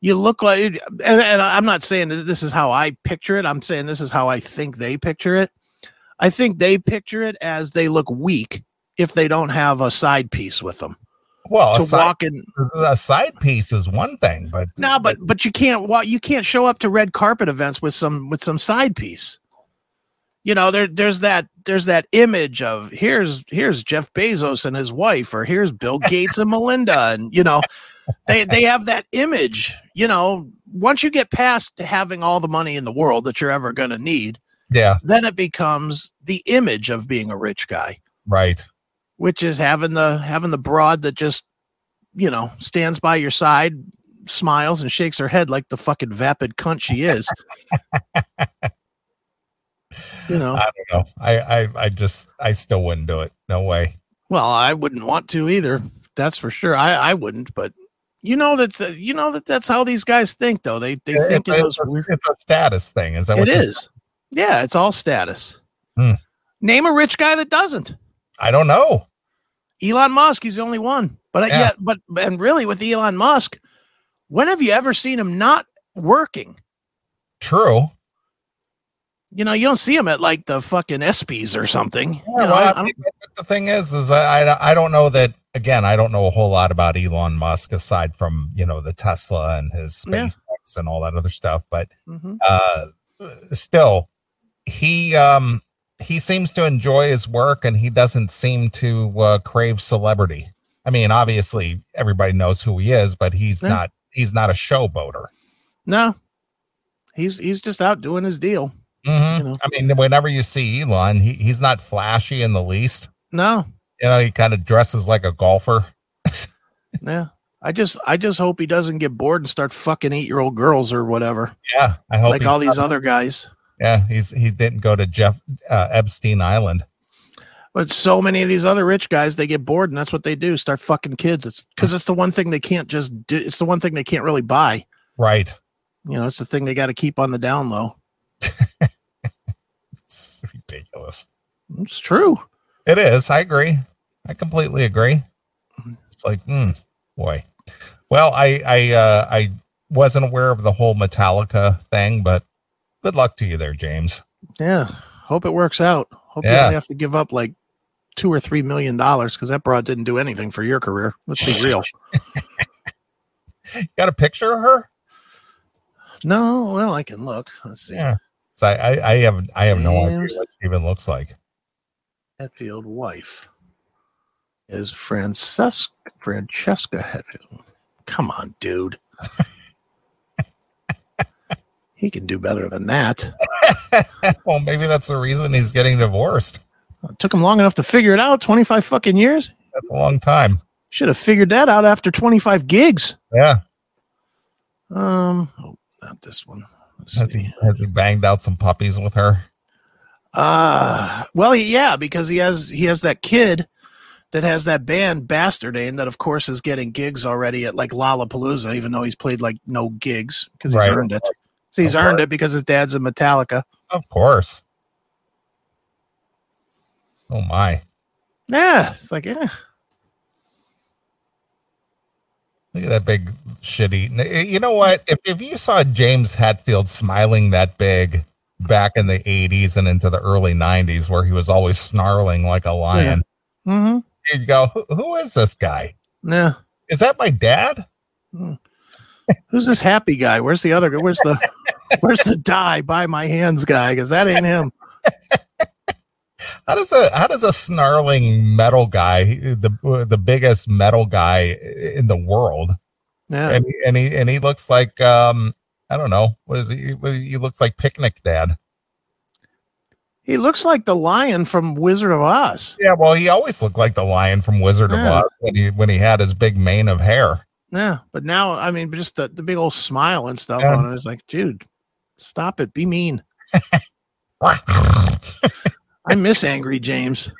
S1: You look like, and, and I'm not saying that this is how I picture it. I'm saying this is how I think they picture it. I think they picture it as they look weak if they don't have a side piece with them
S2: Well, a
S1: to
S2: side,
S1: walk in.
S2: a side piece is one thing, but
S1: No, but but you can't wa- you can't show up to red carpet events with some with some side piece. You know, there there's that there's that image of here's here's Jeff Bezos and his wife, or here's Bill Gates and Melinda, and you know, they they have that image. You know, once you get past having all the money in the world that you're ever going to need,
S2: yeah,
S1: then it becomes the image of being a rich guy,
S2: right,
S1: which is having the having the broad that just you know stands by your side smiles and shakes her head like the fucking vapid cunt she
S2: [laughs]
S1: is you know
S2: I don't know. I, I, I just, I still wouldn't do it. No way.
S1: well i wouldn't want to either that's for sure i i wouldn't but you know that the, you know that that's how these guys think though they they think
S2: It's,
S1: in those
S2: a-
S1: weird
S2: it's a status thing. Is that
S1: it
S2: what you're-
S1: is yeah it's all status
S2: Hmm.
S1: name a rich guy that doesn't
S2: I don't know.
S1: Elon Musk, he's the only one. But
S2: Yeah.
S1: yeah, but and really with Elon Musk, when have you ever seen him not working?
S2: True.
S1: You know, you don't see him at like the fucking ESPYS or something. You
S2: Yeah,
S1: know,
S2: well,
S1: I-
S2: I
S1: I don't-
S2: mean, but the thing is, is I, I, I don't know that. Again, I don't know a whole lot about Elon Musk aside from you know the Tesla and his
S1: Yeah.
S2: SpaceX and all that other stuff. But
S1: Mhm.
S2: uh, still, he um he seems to enjoy his work, and he doesn't seem to uh, crave celebrity. I mean, obviously, everybody knows who he is, but he's
S1: Yeah.
S2: not he's not a showboater.
S1: No. He's he's just out doing his deal.
S2: Mhm.
S1: You know.
S2: I mean, whenever you see Elon, he, he's not flashy in the least. [laughs]
S1: No.
S2: You know, he kind of dresses like a golfer.
S1: Yeah. I just I just hope he doesn't get bored and start fucking eight year old girls or whatever.
S2: Yeah, I hope
S1: like
S2: he's
S1: all these
S2: not-
S1: other guys.
S2: Yeah, he's he didn't go to Jeff uh, Epstein Island.
S1: But so many of these other rich guys, they get bored, and that's what they do: start fucking kids. It's because it's the one thing they can't just do. It's the one thing they can't really buy.
S2: Right.
S1: You know, it's the thing they got to keep on the down low.
S2: It's ridiculous.
S1: It's true.
S2: It is. I agree. I completely agree.
S1: Mm-hmm.
S2: It's like, mm, boy. Well, I I uh, I wasn't aware of the whole Metallica thing, but good luck to you there, James.
S1: Yeah. Hope it works out. Hope you
S2: Yeah.
S1: only have to give up like two or three million dollars because that broad didn't do anything for your career. Let's be real.
S2: You got a picture of her?
S1: no, well, I can look. Let's see.
S2: So I, I, I have I have no idea
S1: James.
S2: what she even looks like. [laughs]
S1: Hetfield wife is Francesca Francesca Hetfield. Come on, dude. he can do better than that.
S2: well, maybe that's the reason he's getting divorced.
S1: It took him long enough to figure it out. Twenty five fucking years.
S2: That's a long time.
S1: Should have figured that out after twenty five gigs.
S2: Yeah.
S1: Um, oh, not this one. Let's
S2: Has
S1: see.
S2: he, has he banged out some puppies with her?
S1: Uh well, yeah, because he has he has that kid that has that band Bastardane that of course is getting gigs already at like Lollapalooza, even though he's played like no gigs because he's
S2: Right.
S1: earned it. So he's
S2: Of
S1: earned
S2: course.
S1: it because his dad's in Metallica.
S2: Of course. Oh my.
S1: Yeah, it's like yeah,
S2: Look at that big shitty. You know what? If if you saw James Hatfield smiling that big back in the 80s and into the early 90s where he was always snarling like a lion,
S1: mm-hmm,
S2: you'd go, "Who- "Who is this guy?
S1: yeah.
S2: Is that my dad?"
S1: Who's this happy guy? Where's the other guy? Where's the [laughs] where's the die by my hands guy? Because that ain't him.
S2: How does a how does a snarling metal guy, the the biggest metal guy in the world,
S1: Yeah,
S2: and, and he and he looks like um I don't know, what is he? He looks like Picnic Dad.
S1: he looks like the lion from Wizard of Oz.
S2: Yeah, well, he always looked like the lion from Wizard
S1: Yeah.
S2: of Oz when he when he had his big mane of hair. [laughs]
S1: Yeah, but now I mean, just the, the big old smile and stuff
S2: Yeah.
S1: on it is like, dude, stop it. Be mean.
S2: well,
S1: I miss Angry James.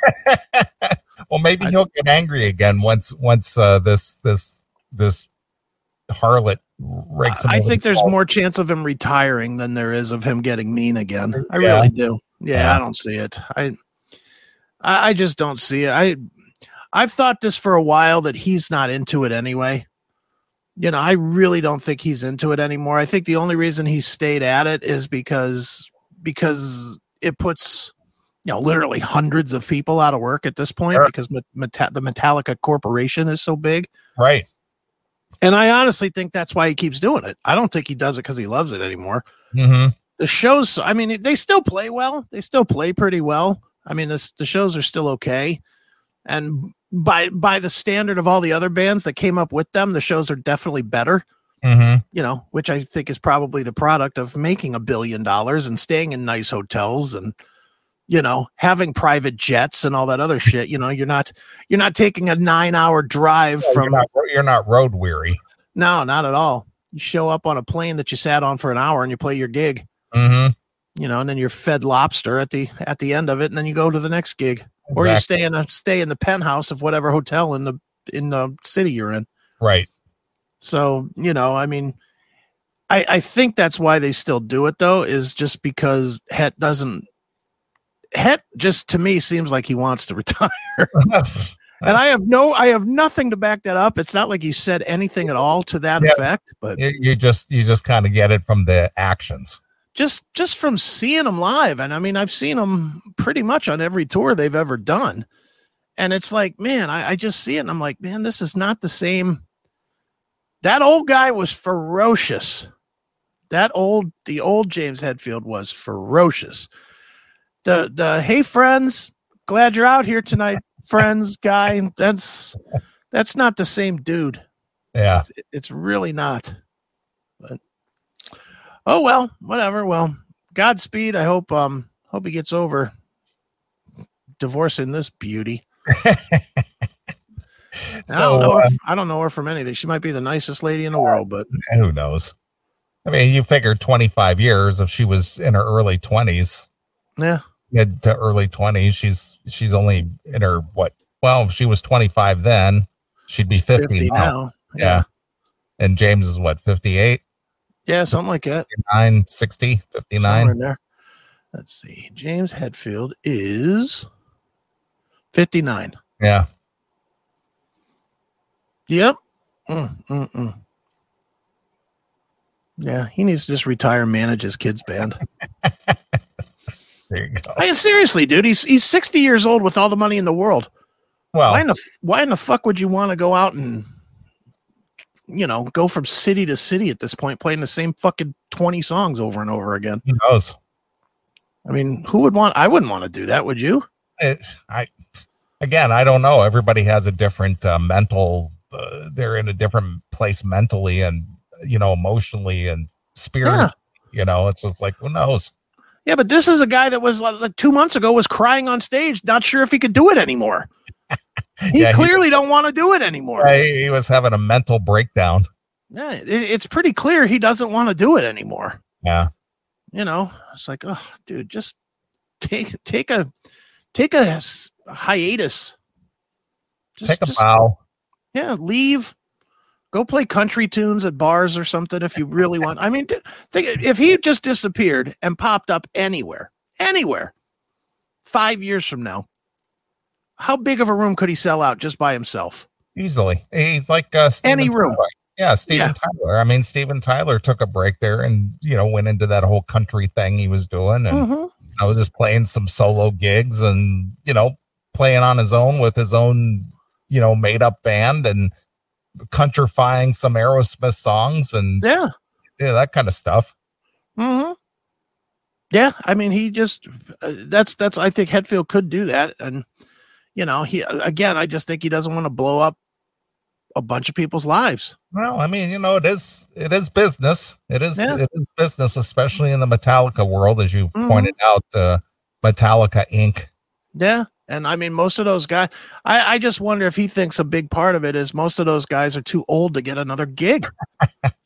S2: maybe
S1: I-
S2: he'll get angry again once once uh, this this this harlot rakes him.
S1: I
S2: over
S1: think
S2: the
S1: there's
S2: balls.
S1: more chance of him retiring than there is of him getting mean again. I
S2: Yeah.
S1: really do. Yeah,
S2: Yeah.
S1: I don't see it. I, I I just don't see it. I I've thought this for a while that he's not into it anyway. You know, I really don't think he's into it anymore. I think the only reason he stayed at it is because because it puts you know literally hundreds of people out of work at this point
S2: Sure.
S1: because Met- Meta- the Metallica corporation is so big.
S2: right.
S1: And I honestly think that's why he keeps doing it. I don't think he does it because he loves it anymore.
S2: hmm
S1: The shows, I mean, they still play well. They still play pretty well. I mean, this, the shows are still okay. And by by the standard of all the other bands that came up with them, the shows are definitely better.
S2: hmm
S1: You know, which I think is probably the product of making a billion dollars and staying in nice hotels and you know having private jets and all that other shit. You know, you're not you're not taking a nine hour drive
S2: From, you're,
S1: from
S2: not, you're not road weary.
S1: no, not at all. You show up on a plane that you sat on for an hour and you play your gig,
S2: hmm
S1: you know, and then you're fed lobster at the at the end of it, and then you go to the next gig, or you stay in a stay in the penthouse of whatever hotel in the in the city you're in.
S2: Right. [laughs]
S1: So you know, I mean, I I think that's why they still do it though, is just because Het doesn't. Het just to me seems like he wants to [laughs] retire, and I have no, I have nothing to back that up. It's not like he said anything at all to that
S2: Yeah.
S1: effect, but
S2: you, you just you just kind of get it from the actions.
S1: just just from seeing them live and i mean i've seen them pretty much on every tour they've ever done and it's like man i, I just see it and i'm like man this is not the same that old guy was ferocious that old the old james Hetfield was ferocious the the hey friends glad you're out here tonight friends guy that's that's not the same dude
S2: Yeah.
S1: it- it's really not. But oh well, whatever. Well, Godspeed. I hope um hope he gets over divorcing this beauty. And I don't
S2: So
S1: know.
S2: uh,
S1: Her, I don't know her from anything. She might be the nicest lady in the world, but
S2: who knows? I mean, you figure 25 years if she was in her early 20s.
S1: yeah,
S2: mid to early 20s. She's she's only in her what? Well, if she was 25 then. She'd be 50,
S1: 50
S2: now.
S1: now.
S2: Yeah. And James is what? 58,
S1: Yeah, something like that.
S2: 59, 60, 59.
S1: Somewhere in there. Let's see. James Hetfield is 59.
S2: Yeah.
S1: Yep. Mm, mm, mm. Yeah, he needs to just retire and manage his kids' band.
S2: There you go.
S1: I mean, seriously, dude, he's he's 60 years old with all the money in the world. Why
S2: Well,
S1: in the f- why in the fuck would you want to go out and you know go from city to city at this point playing the same fucking 20 songs over and over again?
S2: who knows?
S1: I mean, who would want I wouldn't want to do that, would you?
S2: It's- I again, I don't know. Everybody has a different uh, mental. Uh, they're in a different place mentally, and you know, emotionally and spiritually.
S1: Yeah.
S2: You know, it's just like who knows.
S1: Yeah, but this is a guy that was like, like, two months ago was crying on stage, not sure if he could do it
S2: [laughs]
S1: anymore. He
S2: Yeah, he-
S1: clearly don't want to do it anymore.
S2: Uh, He, he was having a mental breakdown.
S1: Yeah, it, it's pretty clear he doesn't want to do it anymore.
S2: Yeah,
S1: You know, it's like, oh, dude, just take take a take a s- hiatus. Just,
S2: take a
S1: just-
S2: bow.
S1: Yeah, leave. Go play country tunes at bars or something if you really want. I mean, th- think if he just disappeared and popped up anywhere, anywhere, five years from now, how big of a room could he sell out just by himself?
S2: Easily, he's like uh, Steven
S1: Any room.
S2: Tyler. Yeah, Steven Tyler. I mean, Steven Tyler took a break there, and you know, went into that whole country thing he was doing, and
S1: Mm-hmm.
S2: I was just playing some solo gigs and you know playing on his own with his own you know made up band and countrifying some Aerosmith songs and
S1: Yeah.
S2: yeah, that kind of stuff.
S1: hmm Yeah, I mean, he just uh, that's that's I think Hetfield could do that, and you know, he uh, again, I just think he doesn't want to blow up a bunch of people's lives.
S2: Well, I mean, you know, it is it is business. It is
S1: Yeah.
S2: it is business, especially in the Metallica world, as you
S1: Mhm.
S2: pointed out. Uh, Metallica Inc.
S1: Yeah, and I mean, most of those guys, I I just wonder if he thinks a big part of it is most of those guys are too old to get another gig.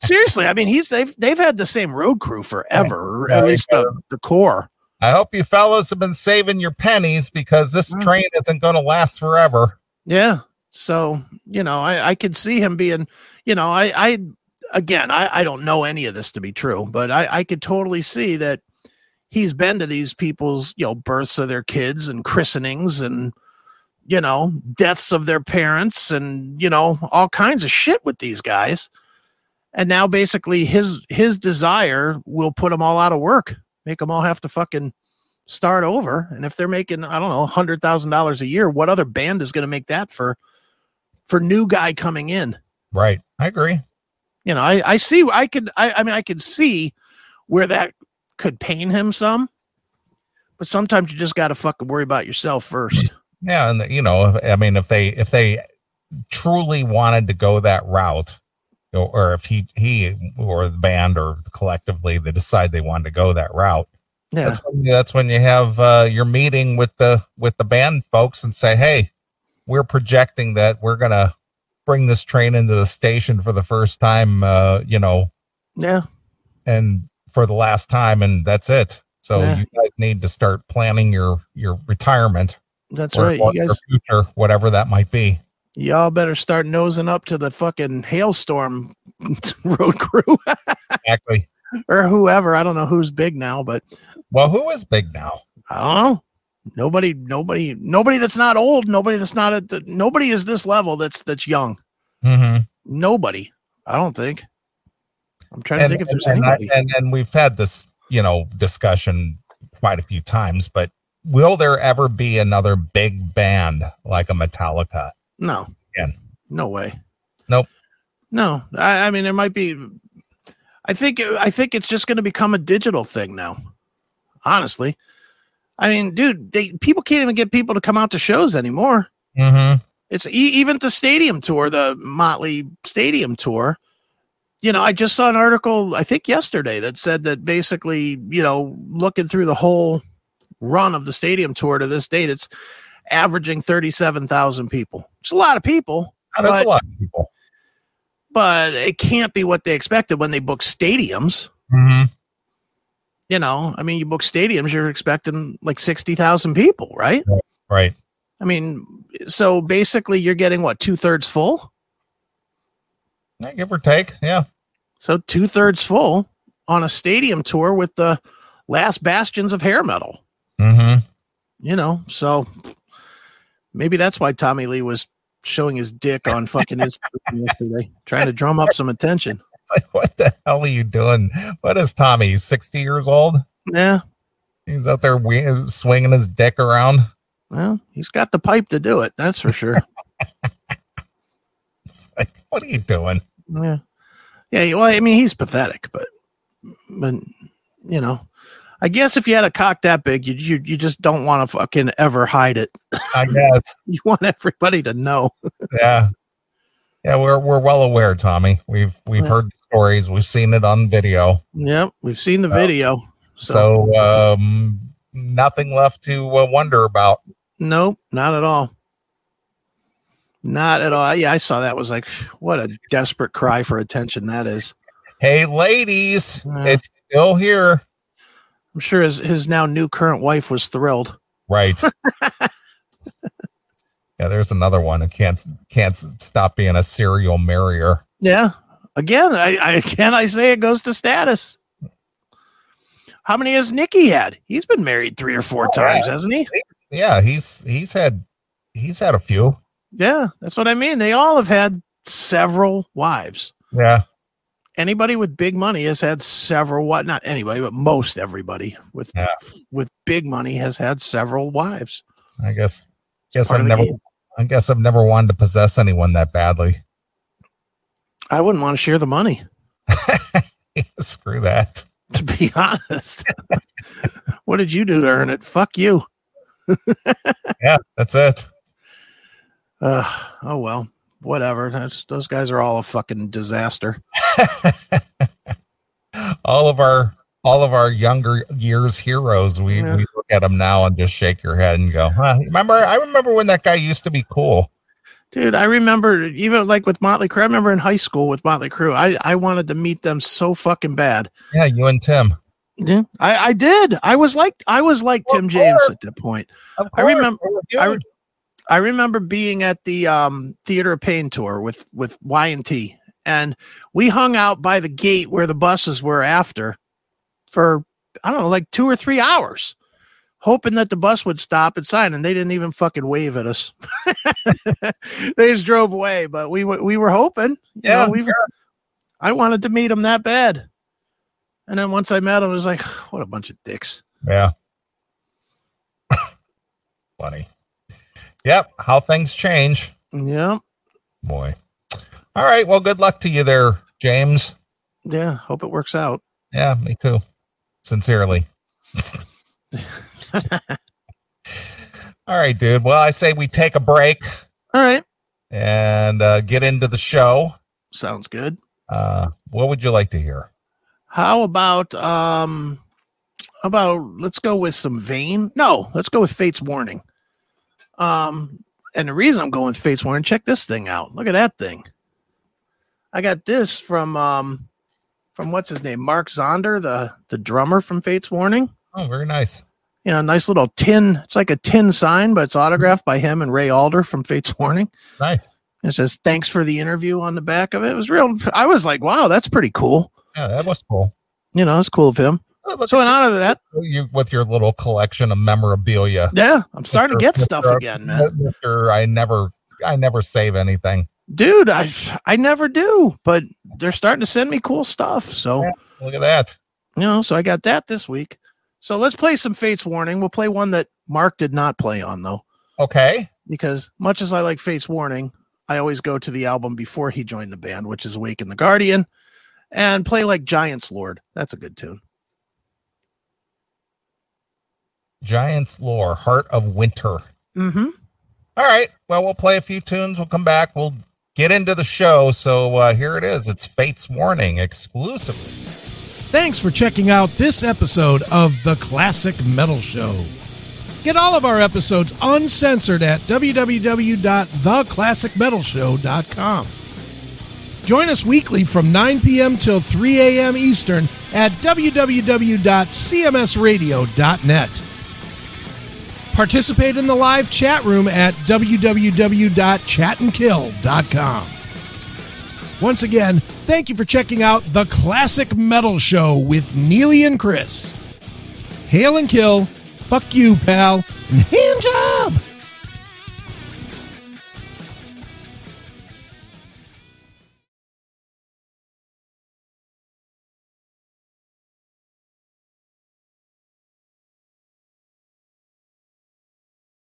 S1: Seriously, I mean, he's they've they've had the same road crew forever, or
S2: Yeah,
S1: at
S2: they
S1: least the, the core.
S2: I hope you fellows have been saving your pennies because this
S1: Mhm.
S2: train isn't going to last forever.
S1: Yeah. So, you know, I, I could see him being, you know, I, I, again, I, I don't know any of this to be true, but I, I could totally see that he's been to these people's, you know, births of their kids and christenings and, you know, deaths of their parents and, you know, all kinds of shit with these guys. And now basically his, his desire will put them all out of work, make them all have to fucking start over. And if they're making, I don't know, hundred thousand dollars a year, what other band is going to make that for for new guy coming in?
S2: Right. I agree.
S1: You know, I I see, I could, I I mean, I could see where that could pain him some, but sometimes you just got to fucking worry about yourself first.
S2: Yeah, and you know, if- I mean, if they if they truly wanted to go that route, or, or if he he or the band or collectively they decide they wanted to go that route,
S1: Yeah,
S2: that's when that's when you have uh, your meeting with the with the band folks and say, hey, we're projecting that we're gonna bring this train into the station for the first time, uh, you know,
S1: yeah,
S2: and for the last time, and that's it. So
S1: Yeah.
S2: you guys need to start planning your your retirement
S1: that's
S2: or,
S1: right.
S2: or
S1: You guys,
S2: your future, whatever that might be.
S1: [laughs] y'all better start nosing up to the fucking hailstorm [laughs] road crew [laughs]
S2: Exactly.
S1: or whoever. I don't know who's big now, but
S2: Well, who is big now?
S1: I don't know. Nobody, nobody, nobody that's not old. Nobody that's not at the. Nobody is this level. That's that's young.
S2: Mm-hmm.
S1: Nobody. I don't think. I'm trying to think if there's
S2: and, I-
S1: anybody.
S2: and and we've had this, you know, discussion quite a few times, but will there ever be another big band like a Metallica?
S1: no.
S2: Yeah.
S1: No way.
S2: Nope.
S1: No. I, I mean, there might be. I think. I think it's just going to become a digital thing now. Honestly, I mean, dude, they people can't even get people to come out to shows anymore.
S2: Mm-hmm.
S1: It's e- even the stadium tour, the Motley Stadium tour. You know, I just saw an article, I think yesterday, that said that basically, you know, looking through the whole run of the stadium tour to this date, it's averaging 37,000 people. It's a lot of people,
S2: That's
S1: But-
S2: a lot of people.
S1: but it can't be what they expected when they booked stadiums.
S2: Mm-hmm.
S1: you know, I mean, you book stadiums, you're expecting like 60,000 people, right?
S2: Right.
S1: I mean, so basically you're getting what, two thirds full?
S2: Yeah, give or take. Yeah.
S1: So two thirds full on a stadium tour with the last bastions of hair metal,
S2: Mm-hmm. [laughs]
S1: you know? So maybe that's why Tommy Lee was showing his dick on fucking Instagram yesterday, trying to drum up some attention.
S2: It's like, what the hell are you doing? What is Tommy? He's 60 years old?
S1: Yeah.
S2: He's out there we- swinging his dick around.
S1: Well, he's got the pipe to do it. That's for sure.
S2: It's like, what are you doing?
S1: Yeah. Yeah. Well, I mean, he's pathetic, but, but, you know, I guess if you had a cock that big, you, you, you just don't want to fucking ever hide it. [laughs]
S2: I guess.
S1: You want everybody to know.
S2: Yeah. Yeah, we're we're well aware, Tommy. We've we've
S1: Yeah.
S2: heard the stories, we've seen it on video.
S1: Yep. We've seen the
S2: Yeah.
S1: video. So,
S2: So um nothing left to uh, wonder about.
S1: nope, not at all. Not at all. Yeah. I saw that was like, what a desperate cry for attention that is.
S2: Hey ladies,
S1: Yeah.
S2: it's still here.
S1: I'm sure his, his now new current wife was thrilled. [laughs]
S2: Right. yeah, there's another one who can't can't stop being a serial marrier.
S1: Yeah. Again, I, I [laughs] again I say it goes to status. How many has Nikki had? He's been married three or four
S2: Oh, yeah.
S1: times, hasn't he?
S2: Yeah, he's he's had he's had a few.
S1: Yeah, that's what I mean. They all have had several wives.
S2: Yeah.
S1: Anybody with big money has had several what not anybody, but most everybody with
S2: Yeah.
S1: with big money has had several wives.
S2: I guess guess
S1: Part
S2: I've
S1: of the
S2: never
S1: game.
S2: I guess I've never wanted to possess anyone that badly. [laughs]
S1: I wouldn't want to share the money, [laughs]
S2: Screw that.
S1: to be honest. [laughs] what did you do to earn it? Fuck you.
S2: Yeah, that's it.
S1: Uh, oh well, whatever. That's, those guys are all a fucking disaster.
S2: all of our all of our younger years heroes we,
S1: Yeah.
S2: we look at them now and just shake your head and go huh, remember i remember when that guy used to be cool
S1: Dude, I remember even like with Motley Crue. I remember in high school with Motley Crue. I, I wanted to meet them so fucking bad.
S2: yeah you and tim
S1: Yeah. I, I did. I was like I was like
S2: Of
S1: Tim James
S2: course.
S1: at that point.
S2: Of
S1: I remember-
S2: dude.
S1: I re- I remember being at the um Theater of Pain tour with with Y and T, and we hung out by the gate where the buses were after for I don't know like two or three hours, hoping that the bus would stop and sign, and they didn't even fucking wave at us. [laughs] they just drove away, but we were- we were hoping. You
S2: Yeah,
S1: know, we were, I wanted to meet them that bad, and then once I met them, I was like, what a bunch of dicks.
S2: yeah [laughs] funny yep how things change
S1: Yeah,
S2: boy all right well good luck to you there james
S1: yeah. Hope it works out.
S2: yeah me too sincerely all right dude well i say we take a break
S1: All right,
S2: and uh, get into the show.
S1: sounds good.
S2: Uh, what would you like to hear?
S1: How about um how about let's go with some Vane? No, let's go with Fate's Warning. Um and the reason I'm going with Fate's Warning, check this thing out. Look at that thing. I got this from um from what's his name? Mark Zonder, the the drummer from Fate's Warning.
S2: Oh, very nice.
S1: You know, nice little tin. It's like a tin sign, but it's autographed by him and Ray Alder from Fate's Warning.
S2: Nice.
S1: It says thanks for the interview on the back of it. It was real I was like, wow, that's pretty cool.
S2: Yeah, that was cool.
S1: You know, it's cool of him.
S2: Oh, look
S1: So in
S2: at
S1: honor of that,
S2: you with your little collection of memorabilia.
S1: Yeah, I'm starting
S2: Mr.
S1: to get stuff
S2: Mr.
S1: again, man.
S2: Mr. I never I never save anything.
S1: Dude, I I never do, but they're starting to send me cool stuff. So
S2: Yeah. Look at that.
S1: you know, so I got that this week. So let's play some Fate's Warning. We'll play one that Mark did not play on though,
S2: Okay.
S1: because much as I like Fate's Warning, I always go to the album before he joined the band, which is Awaken the Guardian, and play like Giants Lord. That's a good tune.
S2: Giants lore, heart of winter.
S1: Mm-hmm.
S2: All right. Well, we'll play a few tunes. We'll come back. We'll get into the show. So uh, here it is. It's Fate's Warning exclusively.
S1: Thanks for checking out this episode of The Classic Metal Show. Get all of our episodes uncensored at www.theclassicmetalshow.com. Join us weekly from 9 p.m. till 3 a.m. Eastern
S3: at www.cmsradio.net. Participate in the live chat room at www.chatandkill.com. Once again, thank you for checking out the Classic Metal Show with Neely and Chris. Hail and kill, fuck you, pal, and hand job.